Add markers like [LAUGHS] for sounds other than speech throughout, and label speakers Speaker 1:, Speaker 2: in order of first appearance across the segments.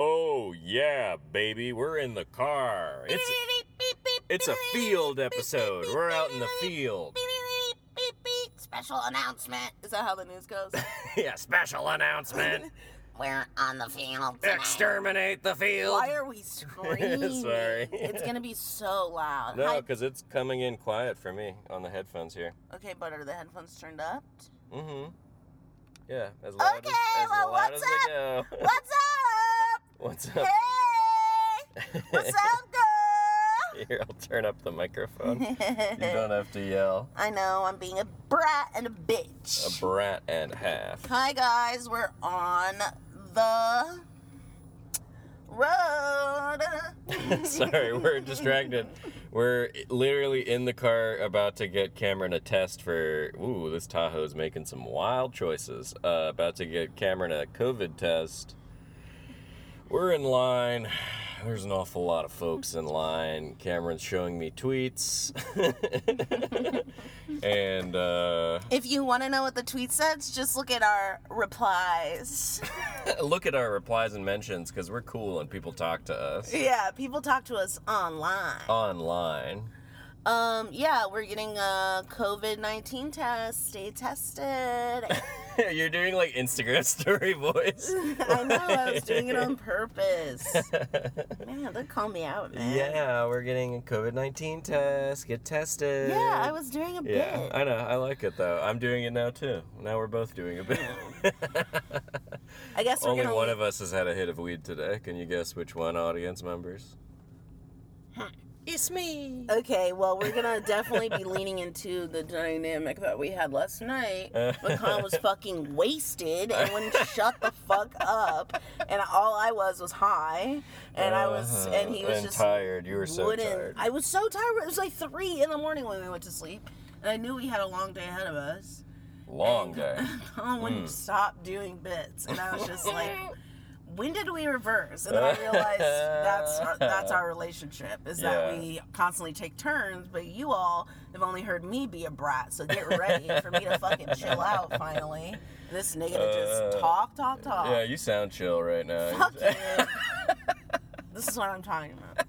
Speaker 1: Oh yeah, baby, we're in the car. It's it's a field episode. We're out in the field. [LAUGHS]
Speaker 2: Special announcement. Is that how the news
Speaker 1: [LAUGHS]
Speaker 2: goes?
Speaker 1: yeah, special
Speaker 2: [LAUGHS]
Speaker 1: announcement.
Speaker 2: We're on the field. tonight.
Speaker 1: Exterminate the field.
Speaker 2: Why are
Speaker 1: [LAUGHS]
Speaker 2: we screaming?
Speaker 1: Sorry.
Speaker 2: It's gonna be so
Speaker 1: [LAUGHS]
Speaker 2: loud.
Speaker 1: No,
Speaker 2: Hi-
Speaker 1: because it's coming in quiet for me on the headphones here.
Speaker 2: Okay, but are the headphones turned up?
Speaker 1: Mm-hmm. Yeah, as loud
Speaker 2: Okay,
Speaker 1: as, as
Speaker 2: well,
Speaker 1: loud
Speaker 2: what's
Speaker 1: as I go. [LAUGHS] what's
Speaker 2: What's up?
Speaker 1: up?
Speaker 2: Hey! What's up, girl?
Speaker 1: [LAUGHS] Here, I'll turn up the
Speaker 2: [LAUGHS]
Speaker 1: microphone. you don't have to yell.
Speaker 2: I know, I'm being a brat and a
Speaker 1: A
Speaker 2: bitch.
Speaker 1: brat and a half.
Speaker 2: Hi, guys, we're on the road.
Speaker 1: [LAUGHS] Sorry, we're distracted. We're literally in the car about to get Cameron a test for. Ooh, this Tahoe's making some wild choices. Uh, about to get Cameron a COVID test. We're in line. There's an awful lot of folks in line. Cameron's showing me tweets. [LAUGHS] and uh,
Speaker 2: If you want to know what the tweet says, just look at our
Speaker 1: [LAUGHS]
Speaker 2: replies.
Speaker 1: look at our replies and mentions because we're cool and people talk to us
Speaker 2: yeah, people talk to us online.
Speaker 1: Oh. online. [LAUGHS]
Speaker 2: Um, yeah, we're getting a COVID 19 test.
Speaker 1: [LAUGHS]
Speaker 2: Stay tested.
Speaker 1: You're doing like Instagram [LAUGHS] story voice. [LAUGHS]
Speaker 2: I know, I was doing it on purpose. Man, they call me out, man.
Speaker 1: Yeah, we're getting a COVID 19 test. Get tested.
Speaker 2: Yeah, I was doing a bit.
Speaker 1: Yeah, I know. I like it though. I'm doing it now too. Now we're both doing a bit.
Speaker 2: [LAUGHS] I guess we're
Speaker 1: Only
Speaker 2: gonna
Speaker 1: one of us has had a hit of weed today. Can you guess which one, audience members?
Speaker 2: Hmm.
Speaker 1: It's me.
Speaker 2: Okay, well, we're
Speaker 1: [LAUGHS]
Speaker 2: gonna definitely be leaning into the dynamic that we had last night.
Speaker 1: [LAUGHS]
Speaker 2: McCon was fucking wasted and wouldn't shut the fuck up, and all I was was high, and I was, and he was
Speaker 1: Uh-huh. and
Speaker 2: just
Speaker 1: tired. You were so
Speaker 2: wouldn't.
Speaker 1: tired.
Speaker 2: I was so tired. It was like three in the morning when we went to sleep, and I knew we had a long day ahead of us. [LAUGHS]
Speaker 1: Long day.
Speaker 2: Colin wouldn't
Speaker 1: Hmm.
Speaker 2: stop doing bits, and I was just like,
Speaker 1: [LAUGHS]
Speaker 2: when did we reverse? And then I realized that's our, that's our relationship is that
Speaker 1: Yeah.
Speaker 2: we constantly take turns, but you all have only heard me be a brat, so get ready for me to fucking chill out finally. This nigga to just talk, talk, talk.
Speaker 1: Uh, Yeah, you sound chill right now.
Speaker 2: Fuck
Speaker 1: [LAUGHS]
Speaker 2: you. [LAUGHS] this is what I'm talking about.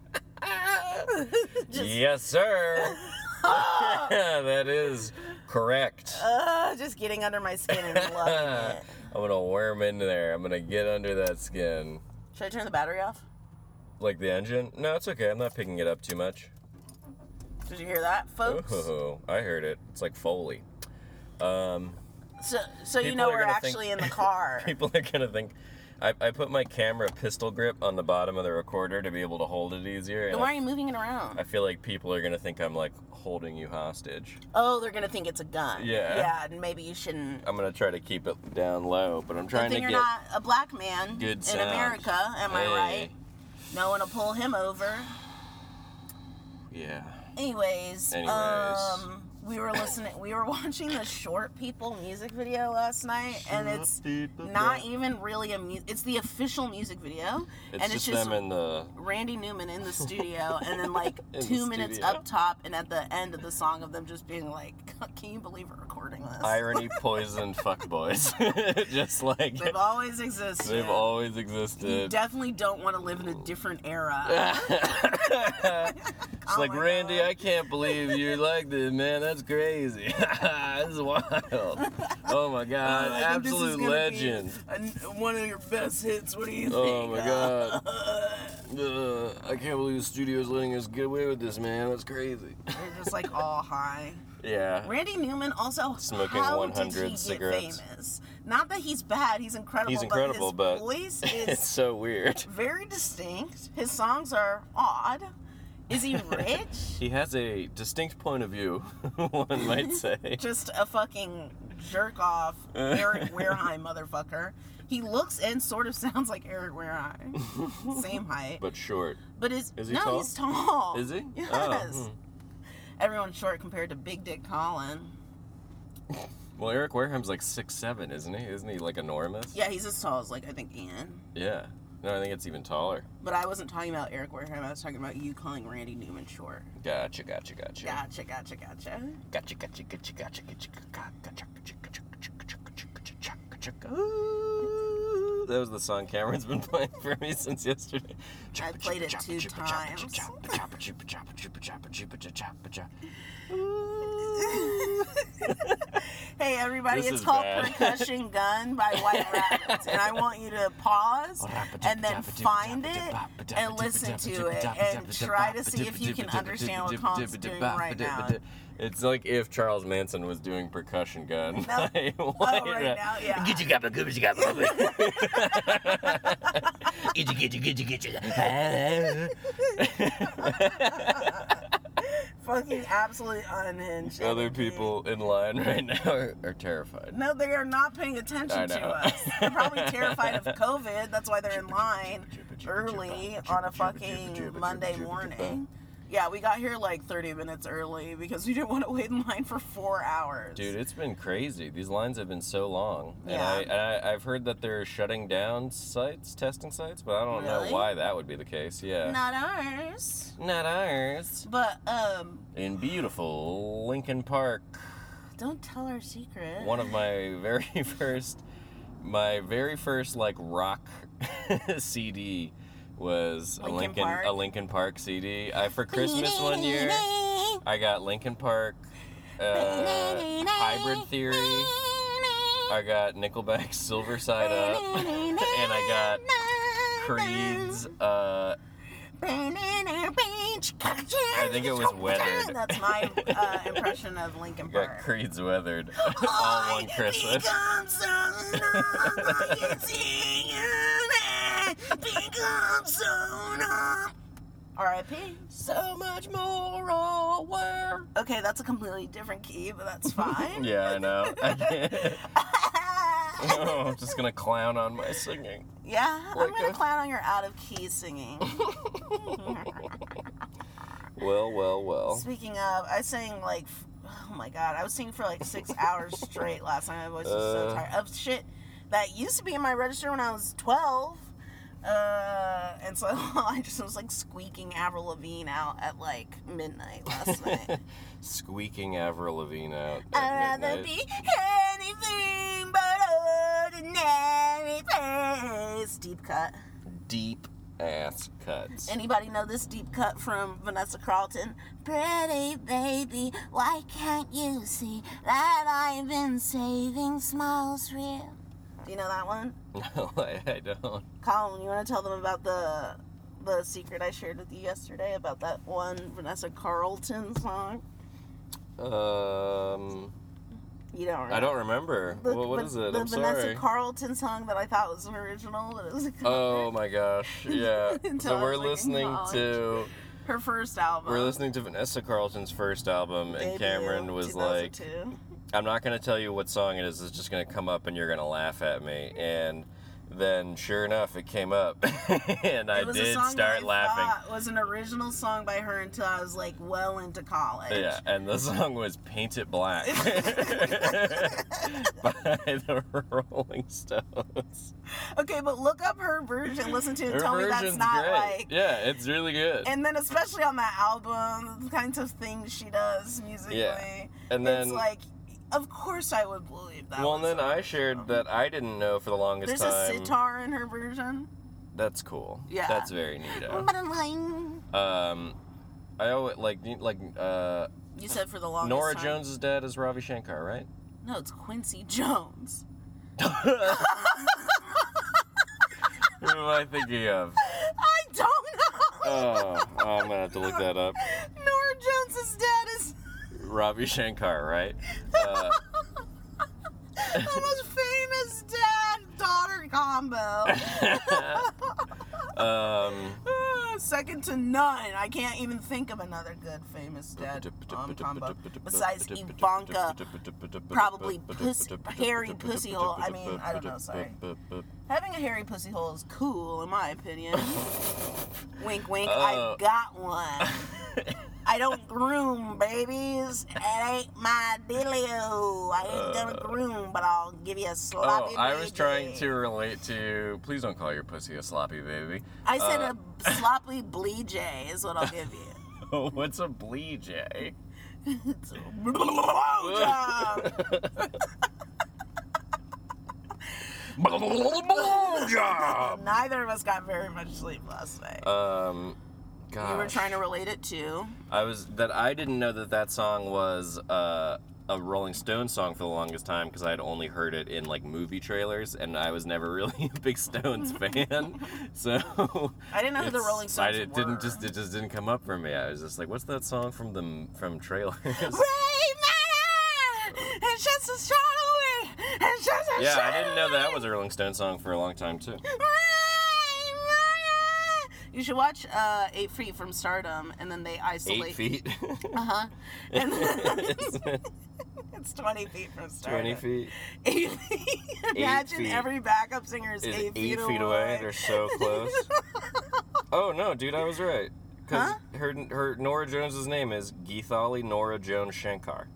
Speaker 2: just,
Speaker 1: yes,
Speaker 2: [LAUGHS]
Speaker 1: sir. [LAUGHS] that is
Speaker 2: [LAUGHS]
Speaker 1: correct.
Speaker 2: uh, just getting under my skin
Speaker 1: [LAUGHS]
Speaker 2: and loving it.
Speaker 1: I'm gonna worm into there. I'm gonna get under that skin.
Speaker 2: Should I turn the battery off?
Speaker 1: Like the engine? No, it's okay. I'm not picking it up too much.
Speaker 2: Did you hear that, folks?
Speaker 1: Ooh, I heard it. It's like Foley. Um,
Speaker 2: So, so you
Speaker 1: People
Speaker 2: know
Speaker 1: are
Speaker 2: we're
Speaker 1: gonna think-
Speaker 2: actually
Speaker 1: [LAUGHS]
Speaker 2: in the car.
Speaker 1: people are gonna think. I, I put my camera pistol grip on the bottom of the recorder to be able to hold it easier.
Speaker 2: Then
Speaker 1: And
Speaker 2: Why are
Speaker 1: I,
Speaker 2: you moving it around?
Speaker 1: [LAUGHS] I feel like people are gonna think I'm like holding you hostage.
Speaker 2: Oh, they're gonna think it's a gun.
Speaker 1: Yeah.
Speaker 2: Yeah, and maybe you shouldn't.
Speaker 1: I'm gonna try to keep it down low, but I'm
Speaker 2: Good
Speaker 1: trying to
Speaker 2: thing you're
Speaker 1: get
Speaker 2: not a black man
Speaker 1: good
Speaker 2: in
Speaker 1: sound.
Speaker 2: America, am I
Speaker 1: Hey.
Speaker 2: right? No one will pull him over.
Speaker 1: Yeah.
Speaker 2: Anyways,
Speaker 1: Anyways.
Speaker 2: um, we were listening. we were [LAUGHS] watching the Short People music video last night, and it's not even really a. Mu- it's the official music video,
Speaker 1: It's
Speaker 2: and
Speaker 1: just
Speaker 2: it's just
Speaker 1: them in
Speaker 2: [LAUGHS]
Speaker 1: the.
Speaker 2: Randy
Speaker 1: [LAUGHS]
Speaker 2: Newman in the studio, and then like
Speaker 1: In the
Speaker 2: two minutes
Speaker 1: studio.
Speaker 2: up top, and at the end of the song of them just being like, [LAUGHS] "Can you believe we're recording this?"
Speaker 1: irony poisoned fuckboys. [LAUGHS] Just like
Speaker 2: They've always existed.
Speaker 1: they've always [LAUGHS]
Speaker 2: You
Speaker 1: existed.
Speaker 2: definitely don't want to live in a different era.
Speaker 1: It's like
Speaker 2: Oh my
Speaker 1: Randy,
Speaker 2: God.
Speaker 1: I can't believe you're like this, man. That's crazy. [LAUGHS] this is wild. Oh
Speaker 2: [LAUGHS]
Speaker 1: my god,
Speaker 2: I think this is
Speaker 1: absolute
Speaker 2: gonna be
Speaker 1: legend.
Speaker 2: [LAUGHS] a- one of your best hits. What do you think?
Speaker 1: Oh my god. Uh, I can't believe the studio's letting us get away with this, man. That's crazy. [LAUGHS]
Speaker 2: They're just like all high.
Speaker 1: Yeah.
Speaker 2: Randy Newman also
Speaker 1: Smoking
Speaker 2: how
Speaker 1: 100
Speaker 2: did he
Speaker 1: cigarettes.
Speaker 2: Get famous? Not that he's bad. He's incredible.
Speaker 1: He's incredible,
Speaker 2: but
Speaker 1: but [LAUGHS]
Speaker 2: his voice
Speaker 1: [LAUGHS] it's
Speaker 2: is
Speaker 1: so weird.
Speaker 2: very distinct. His songs are odd.
Speaker 1: [LAUGHS]
Speaker 2: Is he rich?
Speaker 1: He has a distinct point of view, [LAUGHS] one
Speaker 2: [LAUGHS]
Speaker 1: might say.
Speaker 2: Just a fucking jerk off Eric Wareheim motherfucker. He looks and sort of [LAUGHS] sounds like Eric Wareheim.
Speaker 1: [LAUGHS]
Speaker 2: Same height.
Speaker 1: But short.
Speaker 2: But is,
Speaker 1: Is he
Speaker 2: no,
Speaker 1: tall?
Speaker 2: he's tall.
Speaker 1: Is he?
Speaker 2: Yes.
Speaker 1: Oh,
Speaker 2: Everyone's short compared to Big Dick Colin.
Speaker 1: Well, Eric Wareham's like six seven, isn't he? Isn't he like enormous?
Speaker 2: Yeah, he's as tall as like I think Ian.
Speaker 1: Yeah. No, I think it's even taller.
Speaker 2: But I wasn't talking about Eric Wareham. I was talking about you calling Randy Newman short.
Speaker 1: Gotcha, gotcha, gotcha.
Speaker 2: Gotcha, gotcha, gotcha.
Speaker 1: Gotcha, gotcha, gotcha, gotcha, gotcha, gotcha, gotcha, gotcha, gotcha, gotcha, gotcha, gotcha, gotcha, gotcha, gotcha. Ooh, that was the song Cameron's been [LAUGHS] playing for me since yesterday.
Speaker 2: I played it two times. hey everybody,
Speaker 1: This
Speaker 2: it's
Speaker 1: is
Speaker 2: called
Speaker 1: bad.
Speaker 2: Percussion Gun by White Rabbits, and I want you to pause and then find it and listen to it and try to see if you can understand what Khan's doing right now.
Speaker 1: It's like if Charles Manson was doing percussion gun.
Speaker 2: No.
Speaker 1: Like,
Speaker 2: Oh,
Speaker 1: [LAUGHS] why
Speaker 2: right
Speaker 1: not?
Speaker 2: now, yeah.
Speaker 3: Gidget gabba gubba gabba gubba. Gidget gidget gidget gidget.
Speaker 2: Fucking absolutely unhinged.
Speaker 1: Other
Speaker 2: energy.
Speaker 1: people in line right now are, are terrified.
Speaker 2: No, they are not paying attention
Speaker 1: I
Speaker 2: to
Speaker 1: know.
Speaker 2: us.
Speaker 1: [LAUGHS]
Speaker 2: They're probably terrified of COVID. That's why they're in line early on a fucking Monday morning. Yeah, we got here like 30 minutes early because we didn't [LAUGHS] want to wait in line for four hours.
Speaker 1: Dude, it's been crazy. These lines have been so long.
Speaker 2: Yeah.
Speaker 1: And I, and I, I've heard that they're shutting down sites, testing sites, but I don't
Speaker 2: Really?
Speaker 1: know why that would be the case. Yeah.
Speaker 2: Not ours.
Speaker 1: Not ours.
Speaker 2: But um,
Speaker 1: In beautiful Lincoln Park,
Speaker 2: don't tell our secret.
Speaker 1: one of my [LAUGHS] very first, my very first like rock [LAUGHS] CD was a
Speaker 2: Linkin
Speaker 1: Lincoln
Speaker 2: Park?
Speaker 1: a Lincoln Park CD. I for Christmas one year I got Lincoln Park, uh, Hybrid Theory. I got Nickelback's Silver Side Up, uh, [LAUGHS] and I got Creed's. Uh,
Speaker 2: I
Speaker 1: think it was Weathered.
Speaker 2: [LAUGHS] That's my uh, impression of Lincoln Park.
Speaker 1: got Creed's Weathered [LAUGHS] all one Christmas. [LAUGHS]
Speaker 2: R.I.P.
Speaker 1: So much more oh, aware.
Speaker 2: Okay, that's a completely different key,
Speaker 1: [LAUGHS]
Speaker 2: but that's fine.
Speaker 1: Yeah, I know. [LAUGHS] I can't- oh, [LAUGHS] I'm just gonna clown on my singing.
Speaker 2: [LAUGHS] yeah, I'm
Speaker 1: Like
Speaker 2: gonna
Speaker 1: a-
Speaker 2: clown on your out of key singing.
Speaker 1: Well, well, well.
Speaker 2: Speaking of, I sang like, f- oh my god, I was singing for
Speaker 1: [LAUGHS]
Speaker 2: like six hours straight last night. My voice was so
Speaker 1: Uh.
Speaker 2: tired of shit that used to be in my register when I was twelve, uh, and so [LAUGHS] I just was like squeaking Avril Lavigne out at like
Speaker 1: [LAUGHS]
Speaker 2: midnight last night.
Speaker 1: Squeaking Avril Lavigne out.
Speaker 2: I'd
Speaker 1: At
Speaker 2: rather
Speaker 1: midnight.
Speaker 2: be anything but ordinary place. Deep cut.
Speaker 1: Deep ass cuts.
Speaker 2: Anybody know this deep cut from Vanessa Carlton? Pretty baby, why can't you see that I've been saving smiles real? Do you know that one?
Speaker 1: [LAUGHS] No, I, I don't.
Speaker 2: Colin, you want to tell them about the the secret I shared with you yesterday about that one Vanessa Carlton song?
Speaker 1: Um,
Speaker 2: You don't remember?
Speaker 1: I don't remember.
Speaker 2: The-
Speaker 1: Well, what
Speaker 2: but
Speaker 1: is it?
Speaker 2: The
Speaker 1: I'm
Speaker 2: Vanessa
Speaker 1: sorry.
Speaker 2: Carlton song that I thought was original, but it was a cover.
Speaker 1: Oh my
Speaker 2: [LAUGHS]
Speaker 1: gosh! Yeah.
Speaker 2: Until
Speaker 1: so
Speaker 2: I
Speaker 1: we're
Speaker 2: was, like, in
Speaker 1: listening
Speaker 2: college.
Speaker 1: to
Speaker 2: her first album.
Speaker 1: we're listening to Vanessa Carlton's first album, and
Speaker 2: Debut,
Speaker 1: Cameron was like,
Speaker 2: 2002.
Speaker 1: I'm not going to tell you what song it is. It's just going to come up and you're going to laugh at me. And then, sure enough, it came up. [LAUGHS] and I
Speaker 2: It was a
Speaker 1: did
Speaker 2: song that
Speaker 1: start
Speaker 2: I
Speaker 1: laughing.
Speaker 2: thought was an original song by her until I was like well into college.
Speaker 1: Yeah, and the song was Paint It
Speaker 2: [LAUGHS]
Speaker 1: Black [LAUGHS] by the Rolling Stones.
Speaker 2: Okay, but look up her version, listen to it,
Speaker 1: [LAUGHS] Her
Speaker 2: tell me that's
Speaker 1: version's
Speaker 2: not
Speaker 1: great.
Speaker 2: like.
Speaker 1: Yeah, it's really good.
Speaker 2: And then especially on that album, the kinds of things she does musically.
Speaker 1: And then.
Speaker 2: it's like, of course I would believe that.
Speaker 1: well, and
Speaker 2: was
Speaker 1: then
Speaker 2: her
Speaker 1: I
Speaker 2: original.
Speaker 1: shared that I didn't know for the longest
Speaker 2: There's a
Speaker 1: time.
Speaker 2: sitar in her version.
Speaker 1: That's cool.
Speaker 2: Yeah.
Speaker 1: That's very neato.
Speaker 2: [LAUGHS] You
Speaker 1: Um, I always like like uh,
Speaker 2: said for the longest
Speaker 1: Nora
Speaker 2: time.
Speaker 1: Jones' dad is Ravi Shankar, right?
Speaker 2: No, it's Quincy Jones. [LAUGHS]
Speaker 1: Who am I thinking of?
Speaker 2: I don't know.
Speaker 1: [LAUGHS]
Speaker 2: [LAUGHS]
Speaker 1: Oh, oh, I'm gonna have to look that up.
Speaker 2: Nora Jones's dad is
Speaker 1: Ravi Shankar, right? Uh,
Speaker 2: the most famous dad daughter combo.
Speaker 1: um,
Speaker 2: Ah, Second to none. I can't even think of another good famous dad
Speaker 1: [LAUGHS]
Speaker 2: mom combo besides Ivanka. probably pussy- hairy pussy hole. I mean, I don't know, sorry.
Speaker 1: Oh,
Speaker 2: Having a hairy pussy hole is cool, in my
Speaker 1: [LAUGHS]
Speaker 2: opinion. wink, wink.
Speaker 1: Oh.
Speaker 2: I've got one. I don't groom babies. It ain't my dealio. I ain't gonna groom, but I'll give you a sloppy.
Speaker 1: Uh. Oh, I was
Speaker 2: baby.
Speaker 1: trying to relate to. Please don't call your pussy a sloppy baby. [LAUGHS]
Speaker 2: I said
Speaker 1: uh,
Speaker 2: a sloppy blee jay is what I'll give you.
Speaker 1: Oh, What's a blee
Speaker 2: [LAUGHS]
Speaker 1: jay?
Speaker 2: It's a
Speaker 1: [LAUGHS]
Speaker 2: blowjob.
Speaker 1: Blowjob!
Speaker 2: Neither of us got very much sleep last night.
Speaker 1: Um, gosh.
Speaker 2: you were trying to relate it to.
Speaker 1: I was that I didn't know that that song was uh, a Rolling Stones song for the longest time because I had only heard it in like movie trailers, and I was never [LAUGHS] really a big
Speaker 2: [LAUGHS]
Speaker 1: Stones fan. So
Speaker 2: I didn't know who the
Speaker 1: it's-
Speaker 2: Rolling Stones
Speaker 1: I did,
Speaker 2: were.
Speaker 1: didn't just it just didn't come up for me. I was just like, what's that song from the m- from
Speaker 2: [LAUGHS]
Speaker 1: trailers?
Speaker 2: Ray Manor! It's just a shot away! It's just a
Speaker 1: yeah,
Speaker 2: shot
Speaker 1: I didn't know that was a Rolling Stones song for a long time too.
Speaker 2: away. Ray Manor! You should watch uh, Eight Feet from Stardom, and then they
Speaker 1: Eight
Speaker 2: isolate. [LAUGHS]
Speaker 1: feet. [LAUGHS]
Speaker 2: Uh huh. And then
Speaker 1: It's
Speaker 2: it's 20 feet from Stardom.
Speaker 1: Twenty feet
Speaker 2: Eight feet. Imagine
Speaker 1: feet.
Speaker 2: every backup singer is,
Speaker 1: is
Speaker 2: eight, feet,
Speaker 1: away. They're so
Speaker 2: [LAUGHS]
Speaker 1: close. oh no, dude, I was right. Cause her her Nora Jones's name is Geethali Nora Jones Shankar.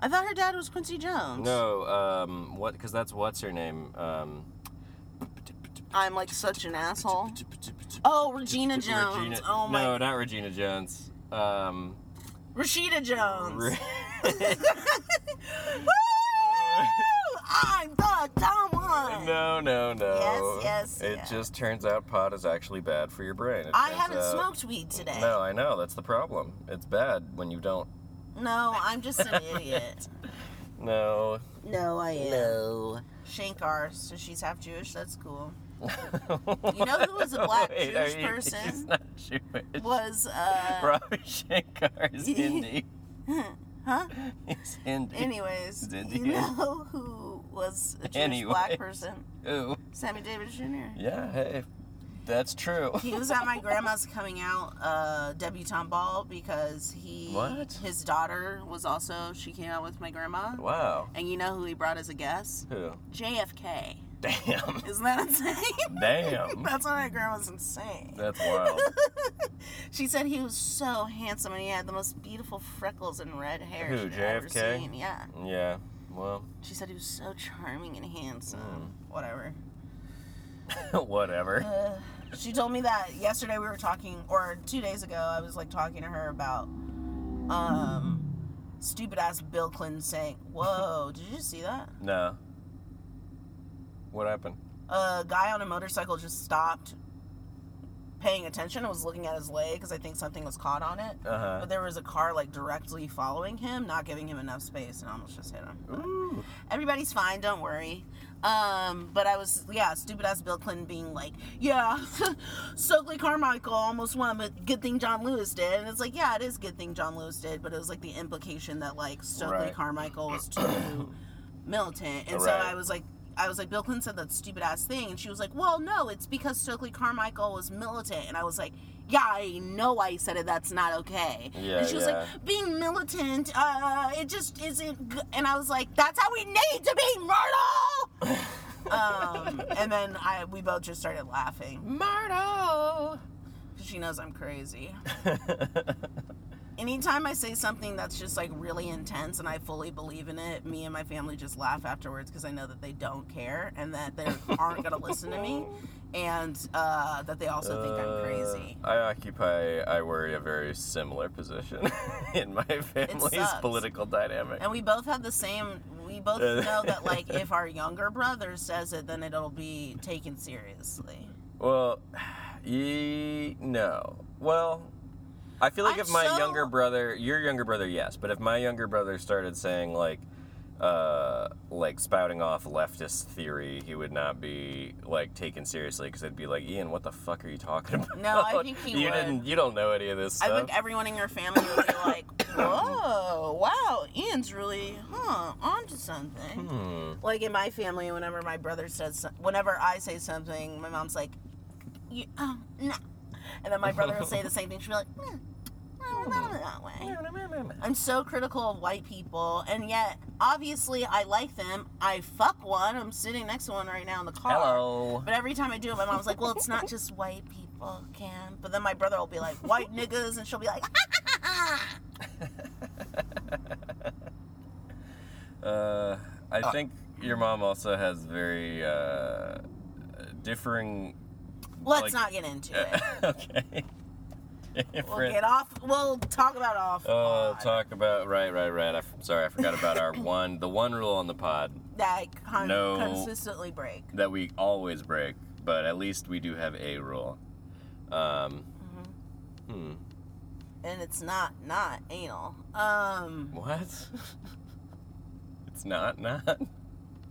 Speaker 2: I thought her dad was Quincy Jones.
Speaker 1: No, um, what? Because that's what's her name. Um,
Speaker 2: I'm like such
Speaker 1: [LAUGHS]
Speaker 2: an asshole. Oh, Regina Jones.
Speaker 1: Regina-
Speaker 2: oh my.
Speaker 1: No, not Regina Jones. Um,
Speaker 2: Rashida Jones.
Speaker 1: Re-
Speaker 2: Woo! I'm the dumb
Speaker 1: [LAUGHS]
Speaker 2: one.
Speaker 1: no, no, no.
Speaker 2: Yes, yes,
Speaker 1: It
Speaker 2: yeah.
Speaker 1: just turns out pot is actually bad for your brain. It
Speaker 2: I
Speaker 1: turns
Speaker 2: haven't
Speaker 1: out-
Speaker 2: smoked weed today.
Speaker 1: No, I know. That's the problem. It's bad when you don't.
Speaker 2: No, I'm
Speaker 1: [LAUGHS]
Speaker 2: just an idiot.
Speaker 1: No.
Speaker 2: No, I am. Shankar, so she's half Jewish. That's cool.
Speaker 1: [LAUGHS] you
Speaker 2: know who
Speaker 1: [LAUGHS]
Speaker 2: was a black
Speaker 1: Wait, are
Speaker 2: Jewish
Speaker 1: you-
Speaker 2: person?
Speaker 1: She's not Jewish.
Speaker 2: Was uh,
Speaker 1: [LAUGHS] Ravi Shankar
Speaker 2: [LAUGHS]
Speaker 1: is Hindi.
Speaker 2: huh?
Speaker 1: He's Hindi.
Speaker 2: Anyways, you
Speaker 1: Indian.
Speaker 2: know who was a Jewish
Speaker 1: Anyway.
Speaker 2: black person?
Speaker 1: Ooh.
Speaker 2: Sammy Davis Jr.
Speaker 1: Yeah, hey, that's true.
Speaker 2: He was at my grandma's coming out uh, debutante ball because he
Speaker 1: What?
Speaker 2: his daughter was also she came out with my grandma.
Speaker 1: Wow.
Speaker 2: And you know who he brought as a guest?
Speaker 1: Who?
Speaker 2: JFK.
Speaker 1: Damn.
Speaker 2: Isn't that [LAUGHS] insane?
Speaker 1: Damn.
Speaker 2: That's why my grandma's insane.
Speaker 1: That's wild.
Speaker 2: She said he was so handsome and he had the most beautiful freckles and red hair
Speaker 1: Who,
Speaker 2: she'd ever
Speaker 1: JFK?
Speaker 2: seen. Yeah.
Speaker 1: Yeah. Well, [LAUGHS]
Speaker 2: She said he was so charming and handsome.
Speaker 1: Mm.
Speaker 2: Whatever.
Speaker 1: whatever.
Speaker 2: Uh, she told me that yesterday we were talking, or two days ago, I was like talking to her about um, stupid ass Bill Clinton saying, Whoa, did you see that?
Speaker 1: No. What happened?
Speaker 2: A guy on a motorcycle just stopped paying attention and was looking at his leg because I think something was caught on it.
Speaker 1: Uh
Speaker 2: But there was a car like directly following him, not giving him enough space, and almost just hit him.
Speaker 1: huh. Ooh.
Speaker 2: everybody's fine don't worry um but i was yeah stupid ass bill clinton being like yeah [LAUGHS] stokely carmichael almost won but good thing john lewis did and it's like yeah it is good thing john lewis did but it was like the implication that like stokely
Speaker 1: Right.
Speaker 2: carmichael
Speaker 1: [CLEARS THROAT]
Speaker 2: was too militant and so
Speaker 1: Right.
Speaker 2: i was like I was like, Bill Clinton said that stupid ass thing. And she was like, well, no, it's because Stokely Carmichael was militant. And I was like, yeah, I know why he said it. That's not okay.
Speaker 1: Yeah,
Speaker 2: and she was
Speaker 1: yeah.
Speaker 2: like, being militant, uh, it just isn't. G-. And I was like, that's how we need to be,
Speaker 1: [LAUGHS]
Speaker 2: Myrtle. um, and then I we both just started laughing.
Speaker 1: Murdo.
Speaker 2: 'Cause She knows I'm crazy. Anytime I say something that's just like really intense and I fully believe in it, me and my family just laugh afterwards because I know that they don't care and that they aren't gonna listen
Speaker 1: [LAUGHS]
Speaker 2: to me, and uh, that they also think I'm crazy.
Speaker 1: [LAUGHS] I occupy, I worry, a very similar position [LAUGHS] in my family's
Speaker 2: sucks.
Speaker 1: political dynamic.
Speaker 2: And we both have the same. We both
Speaker 1: Uh,
Speaker 2: know that like if our younger brother says it, then it'll be taken seriously.
Speaker 1: Well, [SIGHS] ye no. Well, I feel like
Speaker 2: I'm
Speaker 1: if my
Speaker 2: so-
Speaker 1: younger brother, your younger brother, yes, but if my younger brother started saying like, uh, like spouting off leftist theory, he would not be like taken seriously because I'd be like, Ian, what the fuck are you talking about?
Speaker 2: No, I think he
Speaker 1: [LAUGHS] you
Speaker 2: would.
Speaker 1: didn't. You don't know any of this stuff.
Speaker 2: I think everyone in your family would be like, "Whoa, wow, Ian's really, huh, onto something."
Speaker 1: Hmm.
Speaker 2: Like in my family, whenever my brother says, some- whenever I say something, my mom's like, "You, oh, no," and then my brother will say the same thing. She'll be like, "Hmm, "No, not that way." I'm so critical of white people, and yet obviously I like them. I fuck one. I'm sitting next to one right now in the car.
Speaker 1: Hello.
Speaker 2: But every time I do it, my mom's like, "Well, it's not just white people, Cam." But then my brother will be like, "White niggas," and she'll be like, "Ah,
Speaker 1: Uh, I think your mom also has very uh, differing. [LAUGHS]
Speaker 2: "Let's
Speaker 1: Like-
Speaker 2: not get into it.
Speaker 1: okay. [LAUGHS]
Speaker 2: We'll
Speaker 1: Different.
Speaker 2: get off. We'll talk about off.
Speaker 1: Oh,
Speaker 2: pod. [LAUGHS]
Speaker 1: talk about right, right, right. I'm sorry, I forgot about our one, the one rule on the pod.
Speaker 2: that I con-
Speaker 1: No.
Speaker 2: consistently break.
Speaker 1: that we always break, but at least we do have a rule. Um,
Speaker 2: Mm-hmm.
Speaker 1: hmm.
Speaker 2: And it's not not anal. Um,
Speaker 1: What? [LAUGHS] it's not not. [LAUGHS]
Speaker 2: not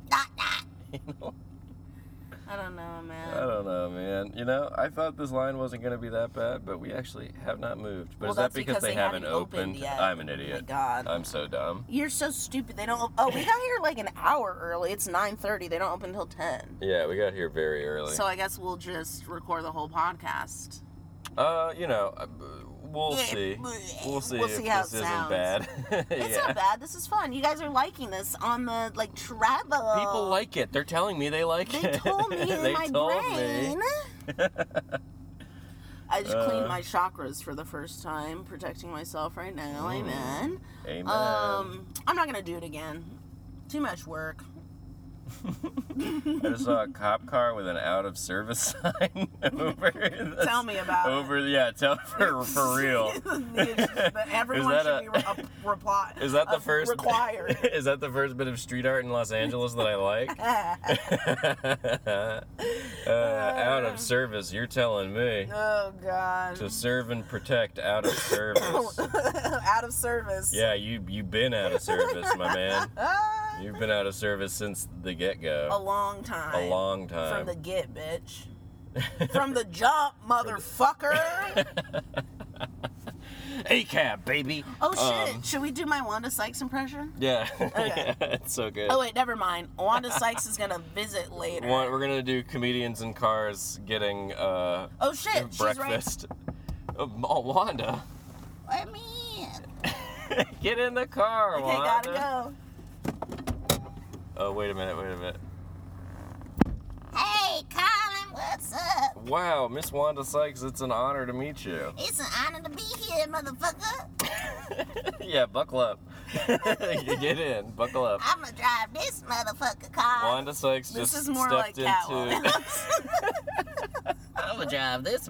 Speaker 2: not. Uh.
Speaker 1: anal.
Speaker 2: I don't know,
Speaker 1: I
Speaker 2: man.
Speaker 1: don't know, man. You know, I thought this line wasn't gonna be that bad, but we actually have not moved. But
Speaker 2: Well,
Speaker 1: is that
Speaker 2: that's
Speaker 1: because,
Speaker 2: because
Speaker 1: they,
Speaker 2: they
Speaker 1: haven't
Speaker 2: haven't
Speaker 1: opened?
Speaker 2: opened yet.
Speaker 1: I'm an
Speaker 2: Oh my
Speaker 1: idiot.
Speaker 2: God.
Speaker 1: I'm so dumb.
Speaker 2: You're so stupid. They don't. Oh, we got here like an hour early. It's nine thirty. They don't open until ten.
Speaker 1: Yeah, we got here very early.
Speaker 2: So I guess we'll just record the whole podcast.
Speaker 1: uh, you know, uh, b- we'll
Speaker 2: Yeah,
Speaker 1: see.
Speaker 2: bleh.
Speaker 1: We'll see
Speaker 2: We'll
Speaker 1: if
Speaker 2: see how
Speaker 1: this
Speaker 2: it
Speaker 1: isn't
Speaker 2: sounds.
Speaker 1: bad. [LAUGHS]
Speaker 2: It's
Speaker 1: yeah.
Speaker 2: not bad. This is fun. You guys are liking this on the like travel.
Speaker 1: People like it. They're telling me they like
Speaker 2: They
Speaker 1: it. [LAUGHS]
Speaker 2: told me in
Speaker 1: They
Speaker 2: my
Speaker 1: told me.
Speaker 2: brain. I just
Speaker 1: Uh.
Speaker 2: cleaned my chakras for the first time, protecting myself right now.
Speaker 1: Mm.
Speaker 2: Amen.
Speaker 1: [LAUGHS] Amen.
Speaker 2: Um, I'm not gonna do it again. Too much work.
Speaker 1: I just saw a cop car with an out of service [LAUGHS] sign
Speaker 2: [LAUGHS]
Speaker 1: over. the-
Speaker 2: Tell me about
Speaker 1: Over, yeah, tell for for real.
Speaker 2: [LAUGHS]
Speaker 1: [LAUGHS]
Speaker 2: but everyone
Speaker 1: that
Speaker 2: should
Speaker 1: a-
Speaker 2: be re-
Speaker 1: [LAUGHS]
Speaker 2: a reply.
Speaker 1: Is that the
Speaker 2: a-
Speaker 1: first
Speaker 2: required?
Speaker 1: [LAUGHS] Is that the first bit of street art in Los Angeles that I
Speaker 2: [LAUGHS]
Speaker 1: like? [LAUGHS]
Speaker 2: Oh,
Speaker 1: uh, out of service, you're telling me
Speaker 2: oh God.
Speaker 1: to serve and protect out of
Speaker 2: [LAUGHS]
Speaker 1: service.
Speaker 2: Out of service.
Speaker 1: Yeah, you you've been out of service, my man.
Speaker 2: Ah,
Speaker 1: You've been out of service since the get
Speaker 2: a
Speaker 1: go.
Speaker 2: long time.
Speaker 1: A long
Speaker 2: Oh, From
Speaker 1: time.
Speaker 2: the get,
Speaker 1: [LAUGHS]
Speaker 2: bitch. From the jump,
Speaker 1: [LAUGHS]
Speaker 2: motherfucker.
Speaker 1: A cab, baby.
Speaker 2: oh shit!
Speaker 1: Um,
Speaker 2: Should we do my Wanda Sykes impression?
Speaker 1: Yeah. [LAUGHS]
Speaker 2: Okay.
Speaker 1: it's so good.
Speaker 2: Oh wait, never mind. Wanda Sykes is gonna visit later.
Speaker 1: One, we're gonna do comedians in cars getting uh,
Speaker 2: Oh shit! She's right.
Speaker 1: breakfast. Oh, oh, Wanda,
Speaker 2: Let me in.
Speaker 1: [LAUGHS] get in the car,
Speaker 2: Okay,
Speaker 1: Wanda.
Speaker 2: gotta go.
Speaker 1: Oh, wait a minute, wait a minute.
Speaker 2: Hey, Colin, what's up?
Speaker 1: Wow, Miss Wanda Sykes, it's an honor to meet you.
Speaker 2: It's an honor to be here, motherfucker.
Speaker 1: yeah, buckle up. [LAUGHS] get in, buckle up.
Speaker 2: I'm gonna drive this motherfucker car.
Speaker 1: Wanda Sykes
Speaker 2: this
Speaker 1: just
Speaker 2: is more like
Speaker 1: stepped into.
Speaker 2: [LAUGHS]
Speaker 1: [LAUGHS]
Speaker 2: Catwoman.
Speaker 3: I'm gonna drive this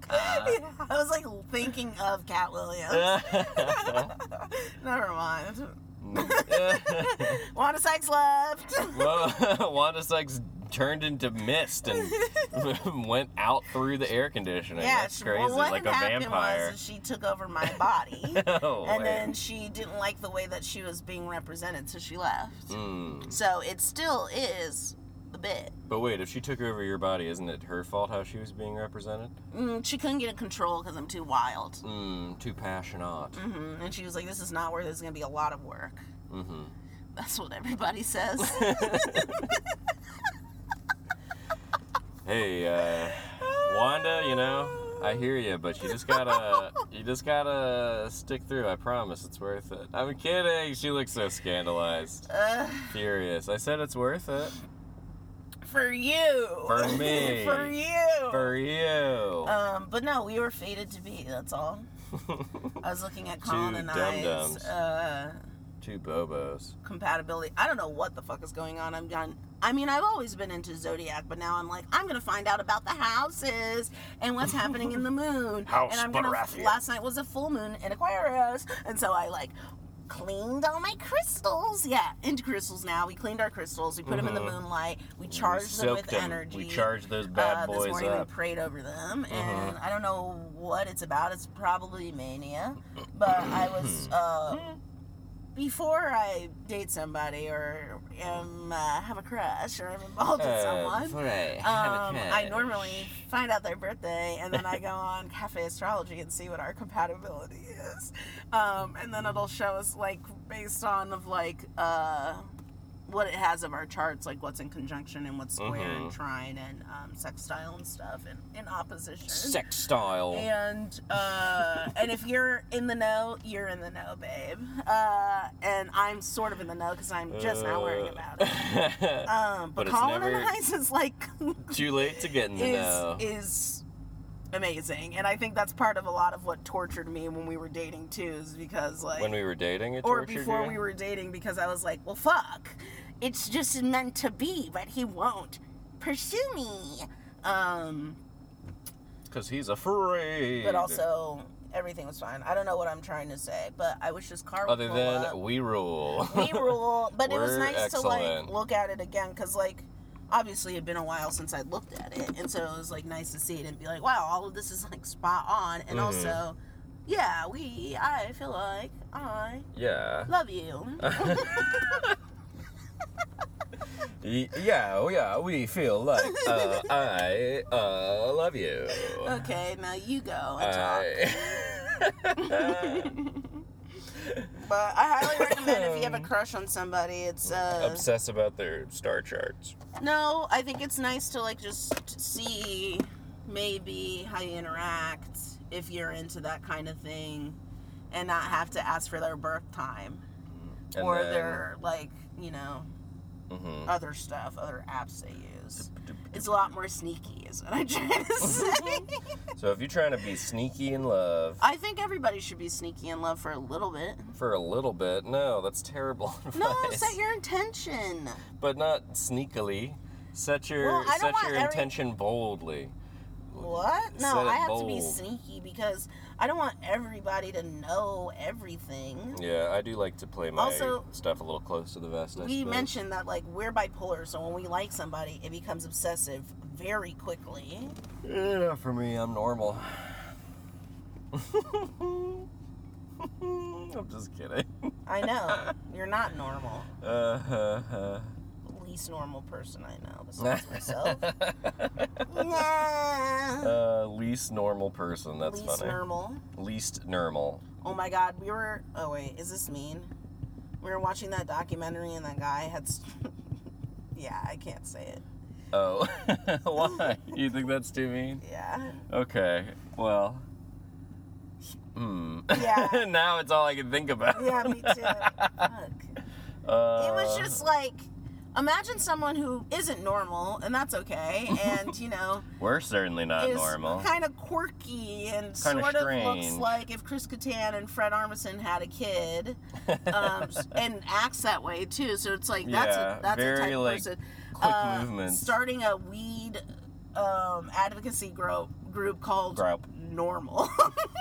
Speaker 2: [LAUGHS]
Speaker 3: car.
Speaker 2: I was like thinking of Cat Williams. Never mind. Wanda Sykes left.
Speaker 1: [LAUGHS] Well, Wanda Sykes turned into mist and [LAUGHS] went out through the air conditioning. That's
Speaker 2: she-
Speaker 1: crazy,
Speaker 2: Well, what
Speaker 1: like a
Speaker 2: had happened
Speaker 1: vampire.
Speaker 2: was is she took over my body,
Speaker 1: [LAUGHS] oh,
Speaker 2: and
Speaker 1: wait.
Speaker 2: then she didn't like the way that she was being represented, so she left.
Speaker 1: Mm.
Speaker 2: So it still is the bit.
Speaker 1: But wait, if she took over your body, isn't it her fault how she was being represented?
Speaker 2: Mm, she couldn't get in control because I'm too wild.
Speaker 1: Mm, too passionate.
Speaker 2: hmm And she was like, "This is not where there's gonna be a lot of work."
Speaker 1: Mm. Mm-hmm.
Speaker 2: That's what
Speaker 1: [LAUGHS]
Speaker 2: everybody says.
Speaker 1: Hey, uh, Wanda, you know, I hear you, but you just gotta, you just gotta stick through. I promise, it's worth it. I'm kidding. She looks so scandalized,
Speaker 2: uh,
Speaker 1: furious. I said it's worth it
Speaker 2: for you.
Speaker 1: For me.
Speaker 2: [LAUGHS] for you.
Speaker 1: for you.
Speaker 2: um, but no, we were fated to be.
Speaker 1: [LAUGHS]
Speaker 2: That's all. I was looking at Colin
Speaker 1: Two
Speaker 2: and
Speaker 1: dum-dums.
Speaker 2: I's uh,
Speaker 1: Two bobos.
Speaker 2: compatibility. I don't know what the fuck is going on. I'm done. I mean, I've always been into zodiac, but now I'm like, I'm gonna find out about the houses and what's happening in the moon.
Speaker 3: House
Speaker 2: and I'm gonna.
Speaker 3: Baratheon.
Speaker 2: Last night was a full moon in Aquarius, and so I like cleaned all my crystals. Yeah, into crystals now. We cleaned our crystals. We put them in
Speaker 1: Mhm.
Speaker 2: the moonlight. We
Speaker 1: We
Speaker 2: charged them
Speaker 1: soaked
Speaker 2: with
Speaker 1: 'em.
Speaker 2: energy.
Speaker 1: We charged those bad
Speaker 2: uh, this
Speaker 1: boys
Speaker 2: morning
Speaker 1: up. Mm-hmm.
Speaker 2: we prayed over them, and I don't know what it's about. It's probably mania, but I
Speaker 1: Hmm.
Speaker 2: was uh, before I date somebody or um, uh, have a crush or I'm involved with someone.
Speaker 1: right.
Speaker 2: Um, I normally find out their birthday and then I go on [LAUGHS] Cafe Astrology and see what our compatibility is. Um, and then it'll show us, like, based on of like uh, what it has of our charts, like what's in conjunction and what's square
Speaker 1: Mhm.
Speaker 2: and trine and um, sextile and stuff and in opposition.
Speaker 1: sex style.
Speaker 2: And uh, and if you're in the know, you're in the know, babe. Uh, and I'm sort of in the know because I'm just now worrying about it.
Speaker 1: [LAUGHS] it.
Speaker 2: Um,
Speaker 1: Uh. But
Speaker 2: but,
Speaker 1: it's
Speaker 2: Colin
Speaker 1: never-
Speaker 2: and I's is like [LAUGHS]
Speaker 1: Too late to get in the know.
Speaker 2: is is amazing, and I think that's part of a lot of what tortured me when we were dating too, is because like
Speaker 1: when we were dating, it
Speaker 2: or
Speaker 1: tortured
Speaker 2: before
Speaker 1: you?
Speaker 2: we were dating, because I was like, well, fuck, it's just meant to be, but he won't pursue me. Um,
Speaker 1: Because he's afraid.
Speaker 2: but also Everything was fine. I don't know what I'm trying to say, but I wish this car would
Speaker 1: Other
Speaker 2: pull
Speaker 1: than
Speaker 2: up.
Speaker 1: we rule.
Speaker 2: uh,
Speaker 1: [LAUGHS]
Speaker 2: we rule. But it was
Speaker 1: We're
Speaker 2: nice to
Speaker 1: excellent.
Speaker 2: like look at it again because like obviously it'd been a while since I looked at it, and so it was like nice to see it and be like, wow, all of this is like spot on, and
Speaker 1: Mhm.
Speaker 2: also, yeah, we I feel like I
Speaker 1: yeah.
Speaker 2: love
Speaker 1: [LAUGHS]
Speaker 2: you.
Speaker 1: Y- yeah, oh, yeah, we feel like
Speaker 2: [LAUGHS]
Speaker 1: uh, I uh, love you.
Speaker 2: okay, now you go and talk.
Speaker 1: I...
Speaker 2: But I highly recommend if
Speaker 1: [LAUGHS]
Speaker 2: you have a crush on somebody, it's uh
Speaker 1: Obsess about their star charts.
Speaker 2: no, I think it's nice to like just see maybe how you interact if you're into that kind of thing and not have to ask for their birth time
Speaker 1: And
Speaker 2: or
Speaker 1: then-
Speaker 2: their like, you know,
Speaker 1: Mhm.
Speaker 2: other stuff, other apps they use. It's a lot more sneaky is what I'm trying to say. [LAUGHS]
Speaker 1: So if you're trying to be sneaky in love
Speaker 2: I think everybody should be sneaky in love for a little bit.
Speaker 1: for a little bit, no, that's terrible [LAUGHS] advice.
Speaker 2: No, set your intention.
Speaker 1: But not sneakily. Set your
Speaker 2: Well, I don't
Speaker 1: set
Speaker 2: want
Speaker 1: your
Speaker 2: every-
Speaker 1: intention boldly.
Speaker 2: What? No,
Speaker 1: Set it
Speaker 2: I have to be
Speaker 1: bold.
Speaker 2: sneaky because I don't want everybody to know everything.
Speaker 1: Yeah, I do like to play my
Speaker 2: Also-
Speaker 1: stuff a little close to the vest. I
Speaker 2: we
Speaker 1: suppose.
Speaker 2: mentioned that like we're bipolar, so when we like somebody, it becomes obsessive very quickly.
Speaker 1: Yeah, for me, I'm normal. [LAUGHS] I'm just kidding.
Speaker 2: I
Speaker 1: [LAUGHS]
Speaker 2: know you're not normal,
Speaker 1: Uh, uh,
Speaker 2: least normal person I know
Speaker 1: [LAUGHS]
Speaker 2: besides myself.
Speaker 1: uh.
Speaker 2: nah.
Speaker 1: uh, least normal person. That's
Speaker 2: least
Speaker 1: funny.
Speaker 2: normal.
Speaker 1: least normal.
Speaker 2: Oh my god, we were. Oh wait, is this mean? We were watching that documentary and that guy had. s- [LAUGHS] yeah, I can't say it.
Speaker 1: Oh, [LAUGHS] why? You think that's too mean?
Speaker 2: Yeah.
Speaker 1: Okay. Well. Hmm.
Speaker 2: Yeah.
Speaker 1: [LAUGHS] now it's all I can think about.
Speaker 2: Yeah, me too. Fuck.
Speaker 1: Uh,
Speaker 2: it was just like imagine someone who isn't normal and that's okay and you know
Speaker 1: We're certainly not
Speaker 2: is
Speaker 1: normal.
Speaker 2: kind of quirky and
Speaker 1: Kinda
Speaker 2: sort of
Speaker 1: strange.
Speaker 2: looks like if chris Kattan and fred armisen had a kid um,
Speaker 1: [LAUGHS]
Speaker 2: s- and acts that way too so it's like that's
Speaker 1: Yeah,
Speaker 2: a that's
Speaker 1: very,
Speaker 2: a type
Speaker 1: like,
Speaker 2: of person
Speaker 1: Quick
Speaker 2: Uh,
Speaker 1: movements.
Speaker 2: starting a weed um, advocacy group group called
Speaker 1: Group.
Speaker 2: normal